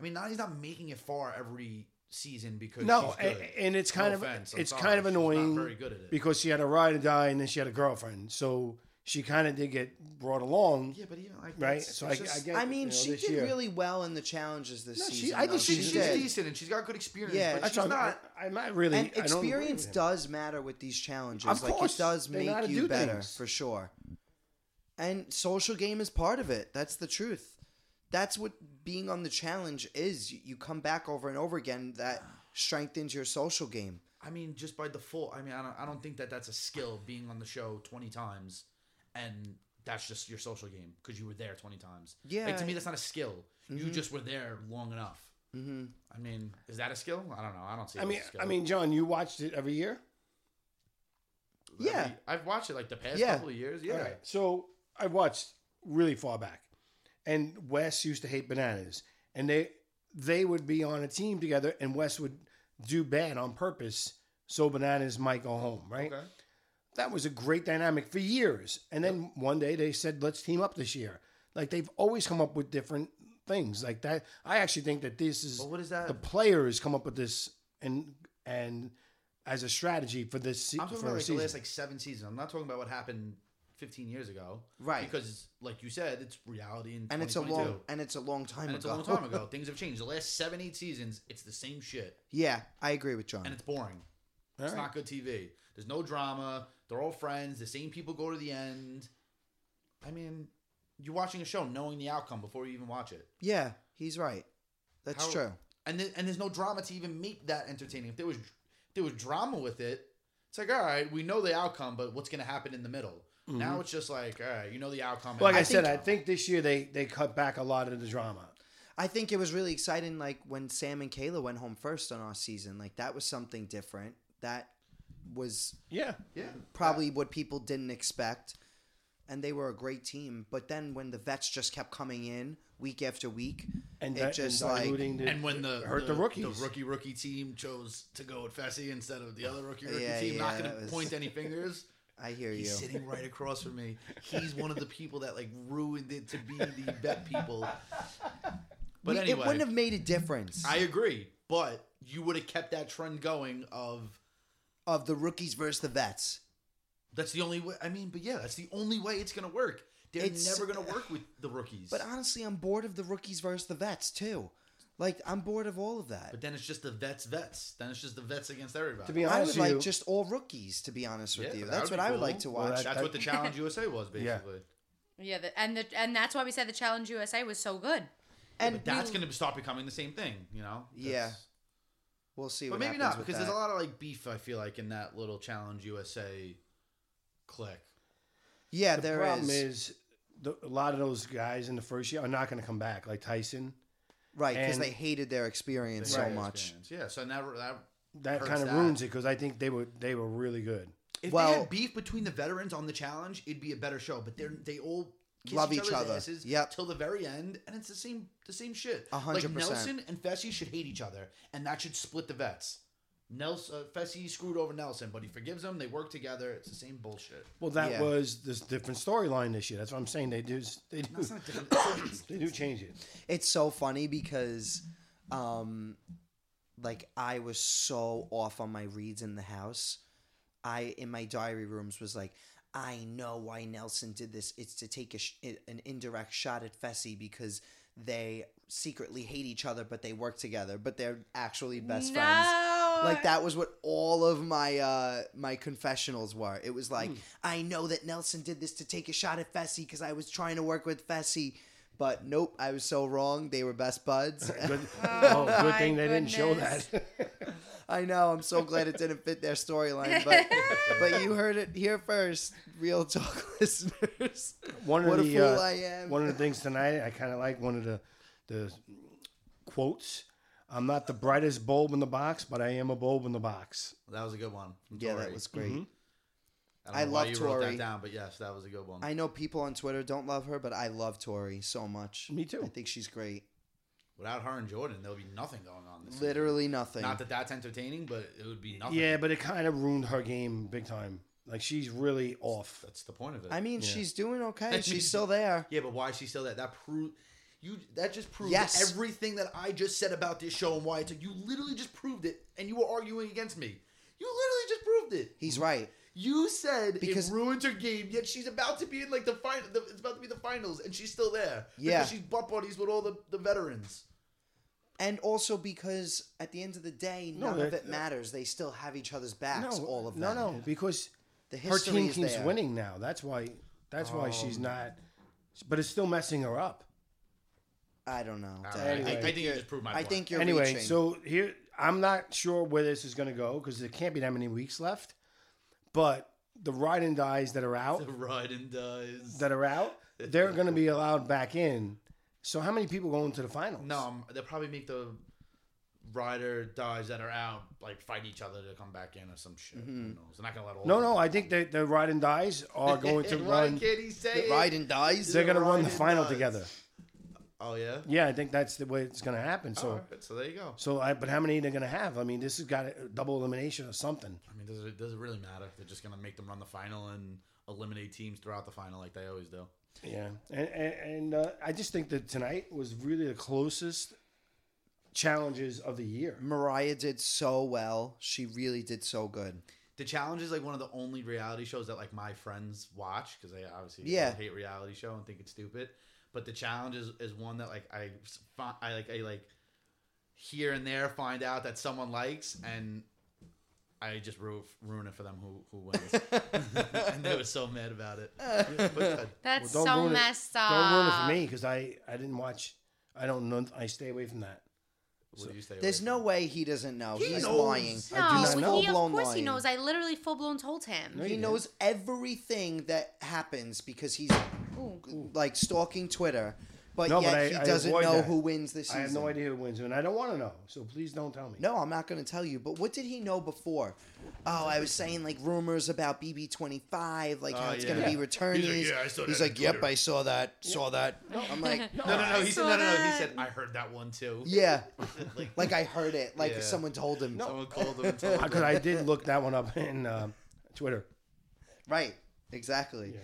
I mean, now he's not making it far every season because No, she's a- good. and it's kind No of offense, I'm it's sorry, kind of she's not annoying very good at it. because she had a ride or die and then she had a girlfriend, so she kind of did get brought along. yeah, but even like Right, that's- so it's I- I just- get- I you mean, know, she this did year. really well in the challenges this No, she- season. I though. think she she's, she's did. decent and she's got good experience. Yeah. but That's she's what I'm, not. I, am not really. and I don't agree experience with him. does matter with these challenges. Of like course, it does they know how make to you do better things. for sure. And social game is part of it. That's the truth. That's what being on the challenge is. You- You come back over and over again. That strengthens your social game. I mean, just by default. I mean, I don't. I don't think that that's a skill being on the show twenty times, and that's just your social game because you were there twenty times. like, to Yeah. me, that's not a skill. You just were there long enough. Mm-hmm. I mean, is that a skill? I don't know. I don't see. I it as a mean, skill. I mean, John, you watched it every year. Every- Yeah, I've watched it like the past Yeah. couple of years. Yeah, All right. So I watched really far back, and Wes used to hate bananas, and they they would be on a team together, and Wes would do bad on purpose so bananas might go home. Right. Okay. That was a great dynamic for years, and then one day they said, "Let's team up this year." Like they've always come up with different things like that. I actually think that this is But what is that? the players come up with this and and as a strategy for this se- I'm talking for a about like season. the last like seven seasons. I'm not talking about what happened 15 years ago. Right. Because, like you said, it's reality and and it's a long 2022. and it's a long time and ago. it's a long time ago. Things have changed. The last seven, eight seasons, it's the same shit. [laughs] yeah, I agree with John. and it's boring. it's not good TV. There's no drama. They're all friends. The same people go to the end. I mean, you're watching a show knowing the outcome before you even watch it. yeah, he's right. That's How- true. And th- and there's no drama to even make that entertaining. If there was if there was drama with it, it's like all right, we know the outcome, but what's gonna happen in the middle? Now it's just like all right, you know the outcome. and Mm-hmm. Like I, I said, I think this year they they cut back a lot of the drama. I think it was really exciting, like when Sam and Kayla went home first on our season. Like that was something different. That was Yeah, yeah. probably what people didn't expect. And they were a great team. But then when the vets just kept coming in week after week, and it that, just and like diluting the, And when the hurt the, rookies, the rookie rookie team chose to go with Fessy instead of the other rookie rookie Yeah, team, not yeah, going that to was- [laughs] point any fingers. I hear you. He's sitting right across from me. He's one of the people that like ruined it to be the bet people. But We- it anyway, wouldn't have made a difference I agree. But you would have kept that trend going. Of of the rookies versus the vets. that's the only way. I mean, but yeah, that's the only way it's gonna work. They're It's- never gonna work with the rookies. But honestly, I'm bored of the rookies versus the vets too. Like I'm bored of all of that. But then it's just the vets, vets. Then it's just the vets against everybody. to be I honest would with like you, just all rookies, to be honest with Yeah, you. that That's would what be I would cool. like to Well, watch. that's that- what the [laughs] Challenge USA was Yeah. basically. Yeah, the, and the and that's why we said the Challenge USA was so good. and But that's we- gonna start becoming the same thing. You know? Yeah. That's- We'll see. But what maybe happens not with because there's that. a lot of like beef. I feel like in that little Challenge USA click. Yeah, the there problem is. is the, a lot of those guys in the first year are not going to come back. Like Tyson, right because and- they hated their experience so Right. much. Experience. Yeah, so now that that Hurts kind of that. ruins it because I think they were they were really good. If Well- they had beef between the veterans on the challenge, it'd be a better show. But they're they all kiss Love each each other's other. asses Yep. till the very end, and it's the same the same shit. A hundred Like percent. Nelson and Fessy should hate each other, and that should split the vets. Nelson uh, Fessy screwed over Nelson, but he forgives him. They work together. It's the same bullshit. Well, that Yeah. was this different storyline this year. That's what I'm saying. They do. They do. That's not different. [laughs] they do change it. It's so funny because, um, like I was so off on my reads in the house. I in my diary rooms was like, I know why Nelson did this. It's to take a sh- an indirect shot at Fessy because they secretly hate each other, but they work together. But they're actually best friends. Like that was what all of my uh, my confessionals were. It was Hmm. like, I know that Nelson did this to take a shot at Fessy because I was trying to work with Fessy. But nope, I was so wrong. They were [laughs] best buds. Good, oh, good thing they didn't show goodness. that. I know. I'm so glad it didn't fit their storyline, but but you heard it here first, real talk [laughs] listeners. One of what the a fool uh, I am. one of the things tonight I kind of like one of the the quotes. I'm not the brightest bulb in the box, but I am a bulb in the box. [coughs] That was a good one. from Yeah, that Tori. was great. Mm-hmm. Mhm. I, don't I know why love you wrote Tori. that down, but yes, that was a good one. I know people on Twitter don't love her, but I love Tori so much. Me too. I think she's great. Without her and Jordan, there would be nothing going on. This season. Literally nothing. Not that that's entertaining, but it would be nothing. Yeah, but it kind of ruined her game big time. Like she's really off. That's the point of it. I mean, Yeah. she's doing [laughs] okay. That She's means- still there. [laughs] Yeah, but why is she still that? That proved you. That just proved Yes. everything that I just said about this show and why it's. You literally just proved it, and you were arguing against me. You literally just proved it. He's Mm-hmm. right. You said Because- it ruined her game, yet she's about to be in like the final. It's about to be the finals, and she's still there. Yeah. because she's butt buddies with all the, the veterans. And also because at the end of the day, No, none of that- it matters. They still have each other's backs, no, all of no, them. no, because The her history team is keeps there. winning now. That's why. That's why she's not. But it's still messing her up. I don't know. I, Dad. I- I think you just proved my I point. think you're anyway, reaching. so here I'm not sure where this is going to go because there can't be that many weeks left. But the ride and dies that are Oh. out, the ride and dies. that are out, they're going to be allowed back in. So how many people go into the finals? No, um, they'll probably make the rider dies that are out like fight each other to come back in or some shit. Who Mm-hmm. knows? They're not gonna let all. no, of them- no. I think that the ride and dies are going [laughs] to Why run. can't he say it? Ride and dies. They're going to run Ride the and final dies. together. Oh yeah. Yeah, I think that's the way it's going to happen. So, All right, so there you go. so I, but how many are they going to have? I mean, this has got a double elimination or something. I mean, does it does it really matter? They're just gonna make them run the final and eliminate teams throughout the final like they always do. Yeah, and and, and uh, I just think that tonight was really the closest challenges of the year. Mariah did so well. She really did [laughs] so good. The challenge is like one of the only reality shows that like my friends watch because they obviously Yeah. hate reality show and think it's stupid. But the challenge is, is one that like I s- fi- I like I like here and there find out that someone likes and I just ru- ruin it for them who [laughs] who wins. and they were so mad about it. But uh, good. That's Well, so ruin it- messed up. Don't ruin it for me because I I didn't watch. I don't know. I stay away from that. What do you say? There's Rick? no way he doesn't know. He He's knows. lying. No, I do not know. he, of Full-blown course he lying. knows. I literally full blown told him. He knows everything that happens because he's like stalking Twitter, but No, yet but I- he I doesn't avoid know that. who wins this I season. have no idea who wins, and I don't want to know. So please don't tell me. No, I'm not going to tell you. But what did he know before? Oh, I was saying like rumors about BB25, like how Oh, it's yeah. going to be Yeah. returning. He's like, "Yeah, I saw He's that like, on yep, Twitter." I saw that, saw that. I'm [laughs] like, No, no, no. He said, no, no, no. He that. said, I heard that one too. yeah, [laughs] like, like I heard it, like Yeah. someone told him. someone called [laughs] him. and told him. because I did look that one up [laughs] in uh, Twitter. Right, exactly.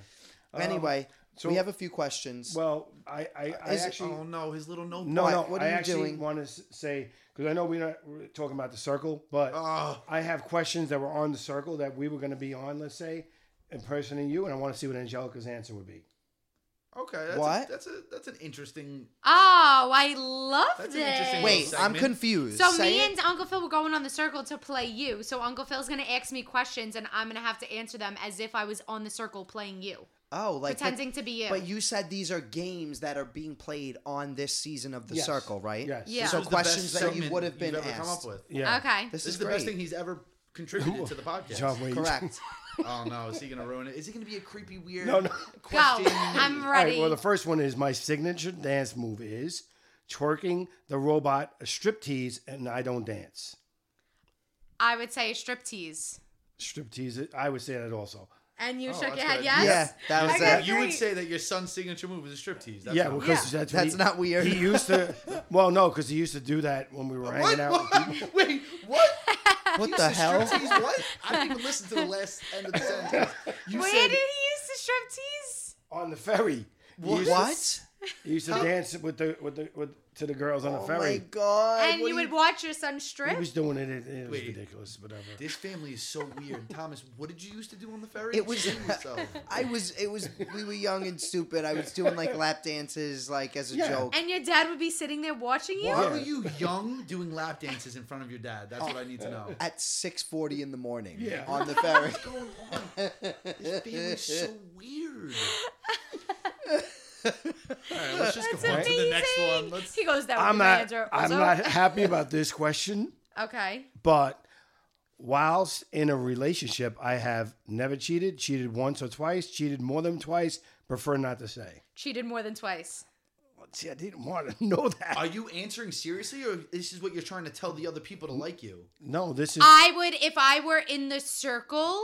Um, Anyway, so- we have a few questions. Well, I I, I Is it- actually Oh no, his little notebook. no Why- no. what are I you actually doing? want to say because I know we're not we're talking about the circle, but Oh. I have questions that were on the circle that we were going to be on. Let's say impersonating you, and I want to see what Angelica's answer would be. Okay. That's What? A, that's a that's an interesting. Oh, I loved That's an interesting it. little Wait, I'm segment. confused. So Say me it. and Uncle Phil were going on the circle to play you. So Uncle Phil's gonna ask me questions, and I'm gonna have to answer them as if I was on the circle playing you. oh, like but- pretending to be you. But you said these are games that are being played on this season of the Yes. circle, right? Yes. Yeah. So This was the best questions that you segment would have you've been ever asked. come up with. Yeah. Okay. This, This is is the best great. thing he's ever contributed to [laughs] the podcast. John Wayne. [laughs] Correct. Oh no, is he gonna ruin it? Is he gonna be a creepy weird [laughs] No, no. Go. question? I'm All right. ready. Well, the first one is my signature dance move is twerking the robot striptease, and I don't dance. I would say striptease. Striptease. I would say that also. And you Oh, shook that's your head, good. yes. Yeah, that was I it. got You would three. say that your son's signature move is a striptease. That's yeah, not- because that's what That's he- not weird. He used to. Well, no, because he used to do that when we were hanging out. [laughs] with people. [laughs] Wait, what? What the hell? Striptease what? I didn't even listen to the last end of [laughs] the sentence. You Where said did he use the on the ferry. He used to- What? He used to dance with the with the with to the girls on the Oh my ferry. Uh, god! striptease? And what you are would watch your son strip? He was doing it. It, it was Wait. ridiculous. Whatever. this family is so [laughs] weird. Thomas, what did you used to do on the ferry? It was- Explain [laughs] yourself. I was it was we were young and stupid. I was doing like lap dances like as a Yeah. joke. and your dad would be sitting there watching you? Why were you young doing lap dances in front of your dad? That's what I need to know. [laughs] at 6:40 in the morning Yeah. on the ferry. going on? This family's so [laughs] weird. All right, let's just That's go on amazing. to the next one. Let's He goes that I'm way. not. I'm not [laughs] happy about this question. Okay. But whilst in a relationship, I have never cheated, cheated once or twice, cheated more than twice, prefer not to say. Cheated more than twice. See, I didn't want to [laughs] know that. Are you answering seriously, or this is what you're trying to tell the other people to like you? no, this is. Uh, I would, if I were in the circle,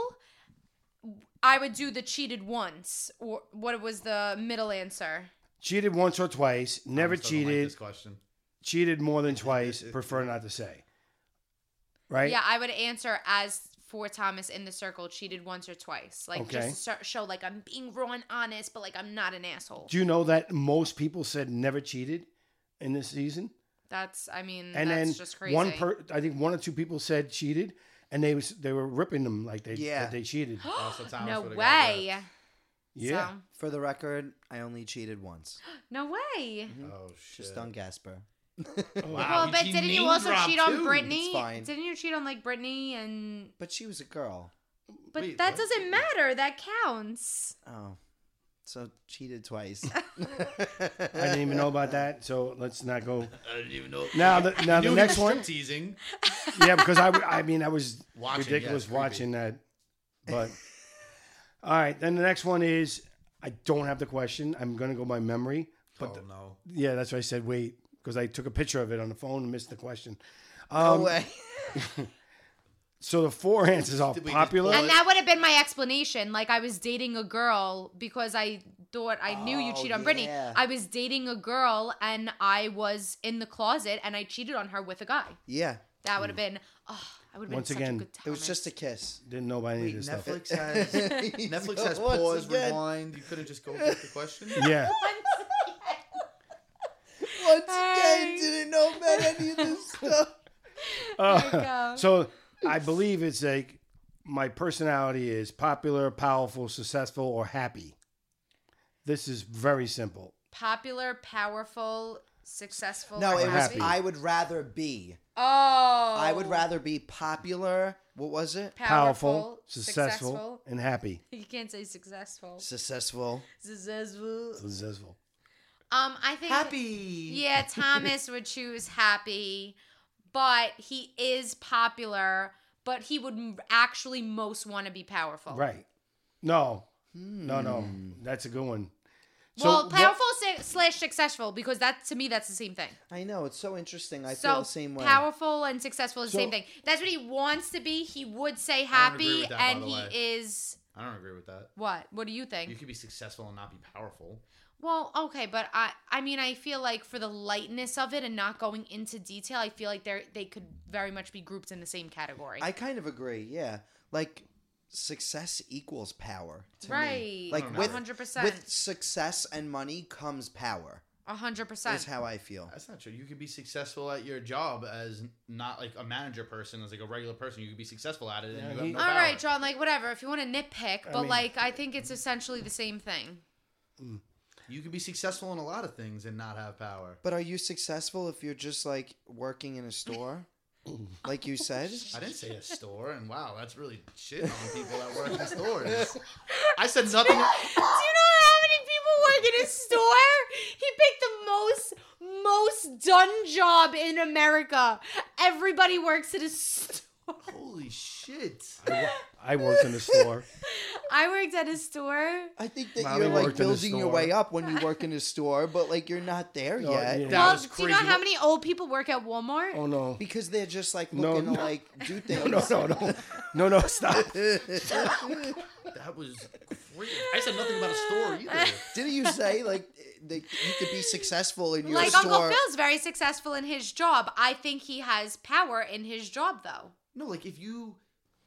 I would do the cheated once. Or what was the middle answer? cheated once or twice, never Thomas doesn't like cheated, this question. cheated more [laughs] than twice, prefer not to say. Right? Yeah, I would answer as for Thomas in the circle, cheated once or twice. Like Okay. just to start- show like I'm being raw and honest, but like I'm not an asshole. Do you know that most people said never cheated in this season? That's I mean And Mm, that's then just crazy. [gasps] one per, I think one or two people said cheated, and they was they were ripping them like they Yeah. that [gasps] they cheated. Also, Thomas no would've got that. way. yeah. So, For the record, I only cheated once. no way. Mm-hmm. Oh shit! Just on Gasper. Well, Wow, but he didn't you name also dropped cheat on too. Brittany? It's fine. Didn't you cheat on like Brittany and? But she was a girl. But Wait, that what? doesn't matter. That counts. Oh. So [laughs] cheated twice. I didn't even know about that, so let's not go. I didn't even know. Now, [laughs] the, now the Knew he next was one, teasing. yeah, because I, I mean, I was [laughs] Watching, yeah, ridiculous it's creepy. watching that. [laughs] But all right, then the next one is I don't have the question. I'm gonna go by memory. But oh, no, Yeah, that's why I said wait because I took a picture of it on the phone and missed the question. Um, Um, no way. So the four answers are Did we just popular. pull And that would have been my explanation. Like I was dating a girl because I thought I knew you cheated on Brittany. Oh, yeah. I was dating a girl and I was in the closet and I cheated on her with a guy. Yeah. That would have been. Oh, I would have been Once such again, a good time. Hmm. It was just [laughs] a kiss. [laughs] Didn't know about any Wait, of this stuff. [laughs] Netflix has Netflix has Once pause, again. rewind. You could have just go with the question. Yeah, Once again, didn't know about any [laughs] of this stuff. go. Uh, so I believe it's like my personality is popular, powerful, successful, or happy. This is very simple. popular, powerful, successful. No, or it was happy. I would rather be. Oh, I would rather be popular. What was it? powerful, successful, and happy. You can't say successful. Successful. Successful. Successful. Um, I think Happy. Yeah, [laughs] Thomas would choose happy, but he is popular. But he would m- actually most want to be powerful. Right. No. No, no. That's a good one. So well, what- powerful sa- slash successful because that to me that's the same thing. I know it's so interesting. I so feel the same way. powerful and successful is the So- same thing. That's what he wants to be. He would say I don't agree happy, with that, by and the he way. is I don't agree with that. what? What do you think? You could be successful and not be powerful. Well, okay, but I I mean I feel like for the lightness of it and not going into detail, I feel like they are they could very much be grouped in the same category. I kind of agree. Yeah, like success equals power. To Right. Me. Like don't with know. 100%. with success and money comes power. A hundred Is percent. how I feel. That's not true. You could be successful at your job as not like a manager person, as like a regular person. You could be successful at it, and you have no All power. right, John. Like whatever. If you want to nitpick, but mean- like I think it's essentially the same thing. You could be successful in a lot of things and not have power. But are you successful if you're just like working in [laughs] a store, like you said? I [laughs] didn't say a store, and wow, that's really shit on people that work in stores. I [laughs] said [laughs] Do nothing. you know how many people work in a store? He picked the most most done job in America. Everybody works at a store. Holy shit! I worked in the store. I worked at a store. I think that Molly you're like worked in a building your store. way up when you work in a store, but like you're not [laughs] there No, yet. Oh, yeah. That well, was do you know crazy. how many old people work at Walmart? Oh no. Because they're just like No, looking no. to like do things. [laughs] No, no, no. No, no, [laughs] stop. That was great. I said nothing about a store [laughs] either. Didn't you say like eh, that you could be successful in your Like store? Uncle Phil's very successful in his job. I think he has power in his job, though. No, like if you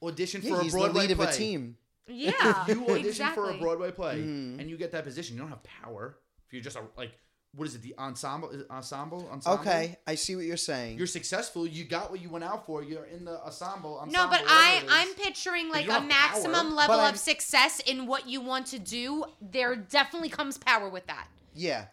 audition yeah, for he's a Broadway the lead play, of a team. Yeah, you [laughs] audition exactly. for a Broadway play Mm-hmm. and you get that position, you don't have power. If you're just a, like, what is it? The ensemble? Is it ensemble? Ensemble? Okay, I see what you're saying. You're successful. You got what you went out for. You're in the ensemble. ensemble No, but whatever I it is. I'm picturing like you a don't have power, maximum level but of I'm- success in what you want to do. There definitely comes power with that. yeah,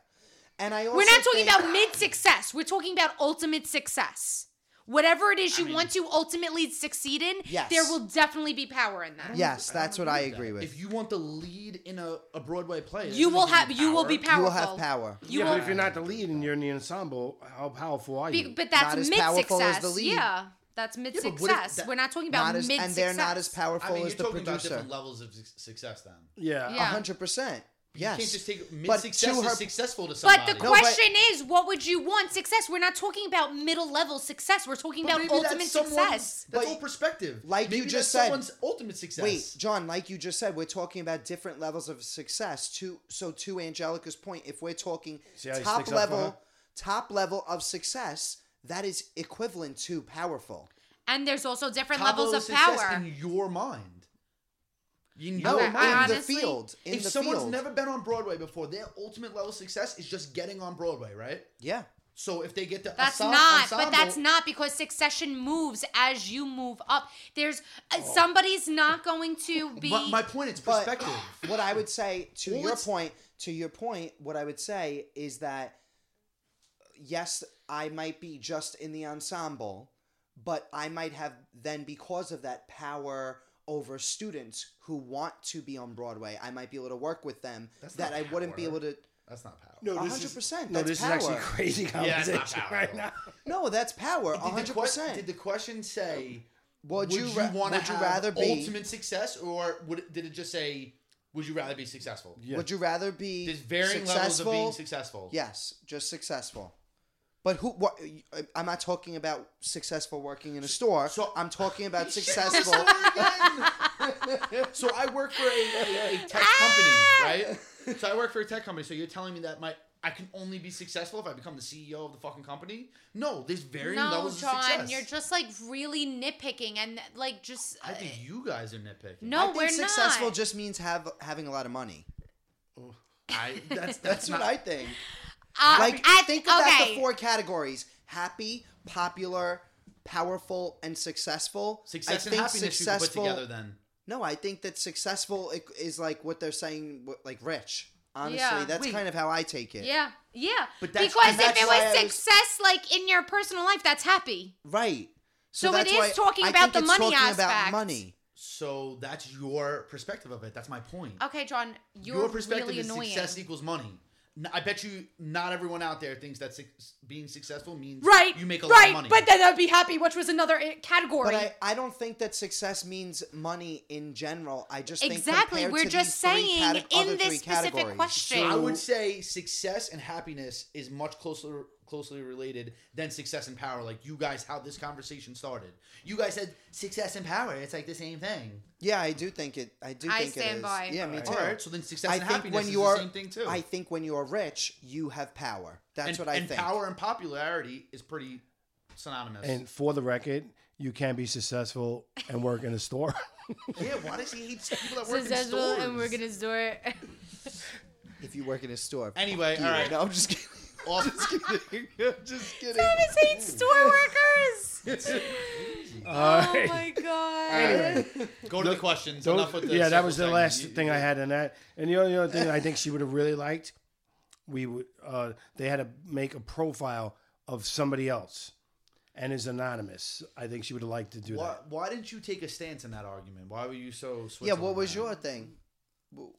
and I. Also We're not talking think- about mid success. We're talking about ultimate success. Whatever it is you want to ultimately succeed in, Yes. there will definitely be power in that. Yes, that's what I that. agree with. If you want the lead in a, a Broadway play, that You doesn't will give have you will be power. powerful. you will have power. You yeah, will, but if you're not the lead and you're in the ensemble, how powerful are you? be- but Not that's as mid powerful as success. the lead. Yeah. That's mid but what if success. that- We're not talking about Not mid as, success. and they're not as I powerful mean, as you're the talking about producer. different levels of su- success then. yeah. Yeah. hundred percent. Yes. You can't just take But mid to success her- is successful to somebody. But the No, but- question is, what would you want? Success. We're not talking about middle level success. We're talking But about maybe that's ultimate someone's- success. That's But- all perspective. like you maybe just that's said- someone's ultimate success. Wait, John, like you just said, we're talking about different levels of success. To so to Angelica's point, if we're talking See how he top sticks up for level her? top level of success, that is equivalent to powerful. And there's also different Top levels level of success power. in your mind. In No, your Okay, in I mind. the honestly- field. In if the someone's field. never been on Broadway before, their ultimate level of success is just getting on Broadway, right? Yeah. So if they get the That's ense- not, ensemble, but that's not because succession moves as you move up. There's uh, Oh. somebody's not going [laughs] to be. My, my point is But perspective. [gasps] [sighs] what I would say to Well, your it's- point, to your point, what I would say is that yes, I might be just in the ensemble, but I might have then because of that power over students who want to be on Broadway. I might be able to work with them That's that not I wouldn't be power. able to. that's not power. No, this is- 100%, No, that's this is actually power. crazy Yeah, it's conversation not power at right all. now. No, that's power. Did the, hundred question, percent. did the question say Would you ra- wanna would you have rather be- ultimate success or would it, did it just say would you rather be successful? Yeah. Would you rather be There's varying levels of successful? being successful. Yes, just successful. But who? What? I'm not talking about successful working in a store. So I'm [laughs] talking about successful. [laughs] So I work for a, a, a tech Ah! company, right? So I work for a tech company. So you're telling me that my I can only be successful if I become the CEO of the fucking company? No, there's varying no, levels of John, success. you're just like really nitpicking and like just. uh, I think you guys are nitpicking. No, I think we're successful not. just means have having a lot of money. [laughs] I, that's that's, That's not, what I think. Uh, Like I- think about okay. the four categories: happy, popular, powerful, and successful. I success and think happiness you can put together. Then No, I think that successful i- is like what they're saying, wh- like rich. Honestly, Yeah. that's Wait. kind of how I take it. Yeah, yeah. But that's- because and if that's it why I was was- success, like in your personal life, that's happy. Right. So it that's is why talking I about think the it's money talking aspect. About money. so that's your perspective of it. That's my point. Okay, John, you're your perspective really is annoying. success equals money. N- I bet you not everyone out there thinks that suc being successful means Right. you make a right, lot of money. But then I'd be happy, which was another i- category. But I, I don't think that success means money in general. I just think exactly. compared We're to just these three saying cate- other in three this specific categories. question. I would say success and happiness is much closer closely related than success and power. Like you guys, how this conversation started. You guys said success and power. It's like the same thing. Yeah, I do think it. I do I think stand it is. by. Yeah, me too. All right. So then success I and think happiness when is you the are, same thing too. I think when you are rich, you have power. That's and, what I and think. power and popularity is pretty synonymous. And for the record, you can be successful and work in a [laughs] store. [laughs] yeah, why does he hate people that work in stores? [laughs] to do it. If you work in a store. fuck Anyway, you. all right. No, I'm [laughs] just kidding. Off- [laughs] [laughs] just kidding. just kidding. Thomas hates store [laughs] workers. All Oh right. my god. Go to the questions. Those- Enough with the yeah, that circle was the thing. last You- thing I had in that. And the only other thing I think she would have really liked, we would uh, they had to make a profile of somebody else, and is anonymous. I think she would have liked to do Why, that. why didn't you take a stance in that argument? Why were you so? Yeah, what Switzerland was man? your thing?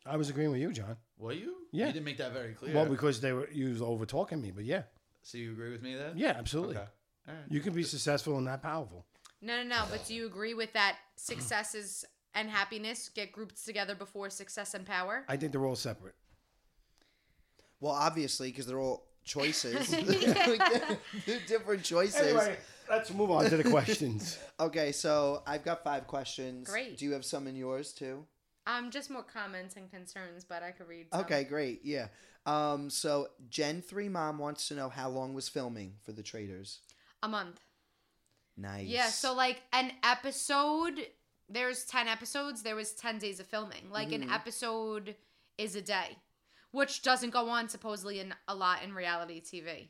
I was agreeing with you, John. Were you? Yeah. You didn't make that very clear. Well, because they were you was over talking me, but yeah, so you agree with me there? yeah, absolutely. Okay. All right. You can be successful and not powerful. No, no, no. But do you agree with that? Success is and happiness get grouped together before success and power? I think they're all separate. Well, obviously, because they're all [laughs] choices. [laughs] They're different choices. Anyway, let's move on [laughs] to the questions. okay, so I've got five questions. Great. Do you have some in yours too? Um, just more comments and concerns, but I could read. Some. Okay, great. Yeah. Um, so Gen 3 mom wants to know how long was filming for the traders? A month. Nice. Yeah, so like an episode, there's 10 episodes, there was 10 days of filming. Like an Mhm. episode is a day, which doesn't go on supposedly in a lot in reality TV.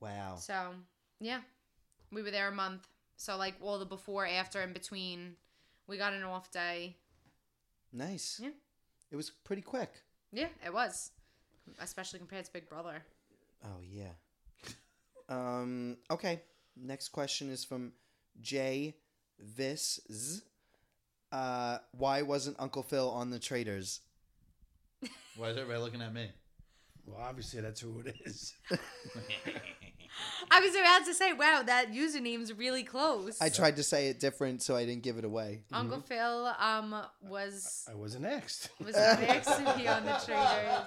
Wow. So, yeah. We were there a month. So like all the before, after, and between. We got an off day. Nice. Yeah. It was pretty quick. Yeah, it was. Especially compared to Big Brother. Oh yeah. um. Okay. Next question is from J. This. Z. Uh, why wasn't Uncle Phil on the Traders? Why is everybody looking at me? Well, obviously that's who it is. I was about to say, wow, that username's really close. I tried to say it different, so I didn't give it away. Uncle Phil um was I wasn't [laughs] next. was next to be on the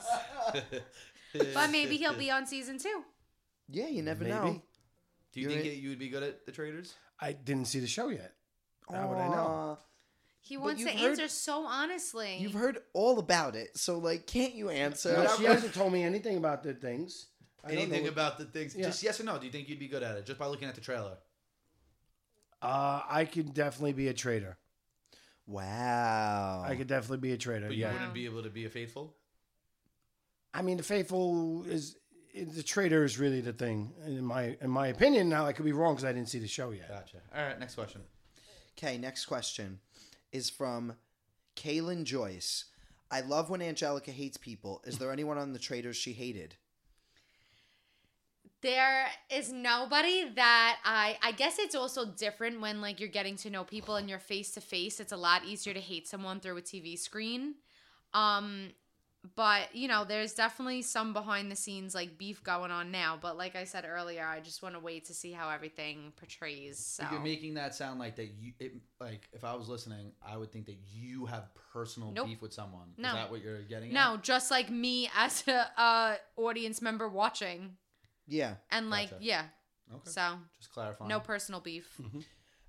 traders. [laughs] But maybe he'll be on season two. Yeah, you never Maybe. know. Do you You're think it- that you would be good at the traders? I didn't see the show yet. How would I know? Aw, He But wants to you've heard- answer so honestly. You've heard all about it, so like, can't you answer? No, she hasn't told me anything about the things. I don't Anything know. about the things? Yeah. Just yes or no? Do you think you'd be good at it just by looking at the trailer? Uh, I could definitely be a traitor. wow. I could definitely be a traitor. But you Yeah. wouldn't be able to be a faithful. I mean, the faithful is the traitor is really the thing in my in my opinion. Now I could be wrong because I didn't see the show yet. Gotcha. All right, next question. Okay, next question is from Kaylin Joyce. I love when Angelica hates people. Is there anyone on the traders she hated? there is nobody that I I guess it's also different when like you're getting to know people and you're face to face. It's a lot easier to hate someone through a TV screen. Um but you know, there's definitely some behind the scenes like beef going on now, but like I said earlier, I just want to wait to see how everything portrays. So But You're making that sound like that. You it, like if I was listening, I would think that you have personal Nope. beef with someone. No. Is that what you're getting? No, at? just like me as a uh, audience member watching, Yeah. and like Gotcha. yeah, Okay. so Just clarifying. no personal beef.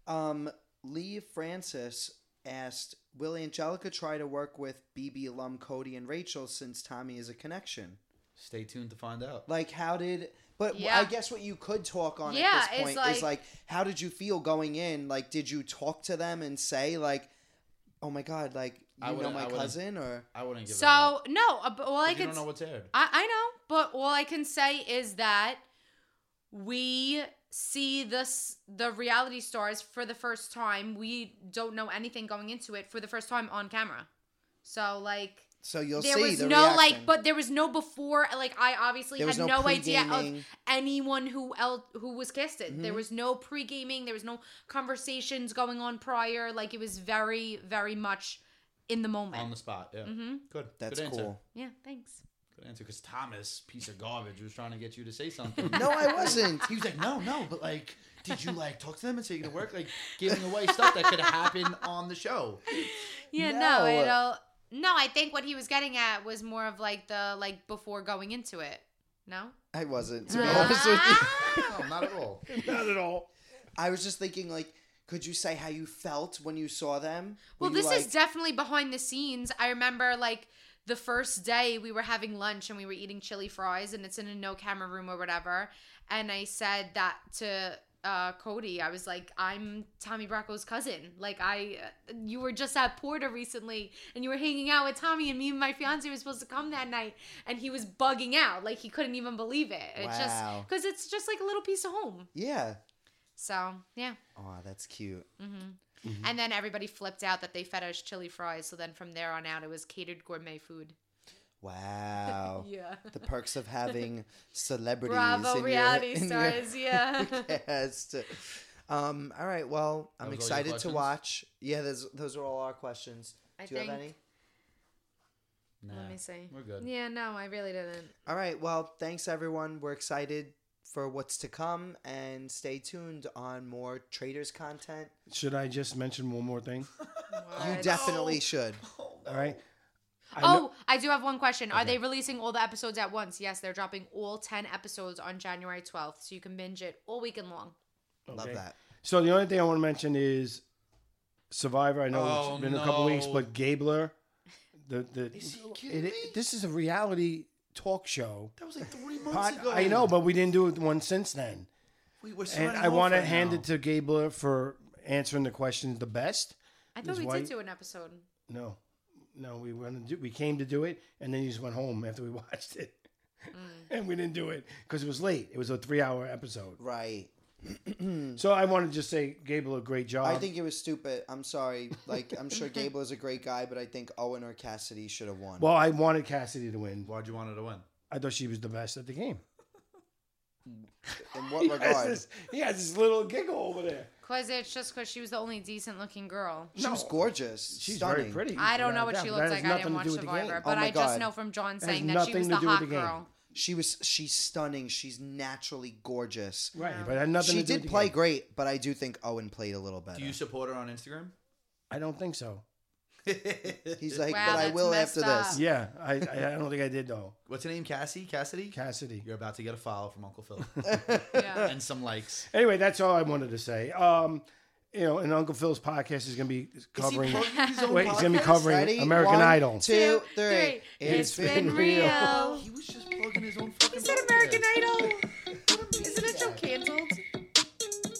Um, Lee Francis asked, "Will Angelica try to work with BB alum Cody and Rachel since Tommy is a connection? Stay tuned to find out. Like, how did?" But w- I Yeah. guess what you could talk on Yeah, at this it's point like- is like, how did you feel going in? Like, did you talk to them and say like, "Oh my God, like I you know wouldn't- I my wouldn't- cousin"? Or I wouldn't give. that So up. no, uh, but all I 'Cause can you don't know what's aired. I, I know, but all I can say is that we see this the reality stars for the first time. We don't know anything going into it for the first time on camera. So like so you'll there see was the no reaction. like but there was no before like I obviously There was had no, no idea of pre-gaming. anyone who el- who was casted. There Mhm. was no pre-gaming, there was no conversations going on prior. Like it was very very much in the moment. on the spot. Yeah. mm-hmm. Good. That's Good answer. cool. [laughs] Yeah, thanks. Good answer. Because Thomas, piece of garbage, was trying to get you to [laughs] say something. No, I wasn't. He was like, no, no, but like, did you like talk to them and say you're gonna work? Like giving away stuff that could happen on the show. Yeah, no, No. it'll. No, I think what he was getting at was more of like the like before going into it. No. I wasn't. Uh. To be honest with you. Ah. No, not at all. [laughs] Not at all. I was just thinking, like, could you say how you felt when you saw them? Were Well, you this is like- definitely behind the scenes. I remember like the first day we were having lunch and we were eating chili fries and it's in a no camera room or whatever. And I said that to uh, Cody. I was like, I'm Tommy Bracco's cousin. Like I, uh, you were just at Porter recently and you were hanging out with Tommy and me and my fiance were supposed to come that night and he was bugging out. Like he couldn't even believe it. It's Wow. just because it's just like a little piece of home. yeah. So yeah. Oh, that's cute. And then everybody flipped out that they fed us chili fries. So then from there on out, it was catered gourmet food. Wow. [laughs] Yeah. The perks [laughs] of having celebrities. in Bravo your- reality in [laughs] your [laughs] stars. Yeah. cast. Um, all right. Well, was all I'm your excited to questions? watch. Yeah, those, those are all our questions. I Do you have think- any? Nah, Let me see. We're good. Yeah, no, I really didn't. All right. Well, thanks, everyone. We're excited for what's to come and stay tuned on more traders content. [laughs] Should I just mention one more thing? You definitely should. All right. I oh, know- I do have one question. Are they releasing all the episodes at once? Yes, they're dropping all 10 episodes on January 12th, so you can binge it all weekend long. Love Okay. that. So the only thing I want to mention is Survivor. I know Oh, it's been a couple weeks, no. but Gabler, the the [laughs] Is he it, kidding me? it, this is a reality talk show. That was like three months Pod- ago. Oh, I know, but we didn't do one since then. we were And I want to hand it to Gabler for answering the questions the best. I His thought we wife- did do an episode. No, no, we went to do, we came to do it, and then you just went home after we [laughs] watched it, Mm. and we didn't do it because it was late. It was a three-hour episode. Right. So I want to just say, Gable, a great job. Mm. I think it was stupid. I'm sorry. Like, I'm sure Gable is a great guy, but I think Owen or Cassidy should have won. Well, I wanted Cassidy to win. Why'd you want her to win? I thought she was the best at the game. In what [laughs] He has, regard? this, he has this little giggle over there. Because it's just because she was the only decent looking girl. she was gorgeous. She's very stunning. pretty. I don't know without what a she doubt. looked That like. has I nothing didn't to watch do with the game. Survivor, Oh but my I just God. know from John That has saying that she nothing was to the do with hot the game. girl. She was. She's stunning. She's naturally gorgeous. Right, but it had nothing She to do with did the play game. great, but I do think Owen played a little better. Do you support her on Instagram? [laughs] I don't think so. He's like, Wow, but I that's will messed after up. this. Yeah, I, I I don't think I did though. What's her name? Cassie? Cassidy? Cassidy. You're about to get a follow from Uncle Phil [laughs] Yeah. and some likes. Anyway, that's all I wanted to say. Um, you know, and Uncle Phil's podcast is going to be covering. plugging his own Wait, he's going to be podcast? covering Ready? American One, Idol. Two, Two, three. three. It's been, been real. real. He was just plugging his own fucking Is it podcast. American Idol? Isn't it so canceled?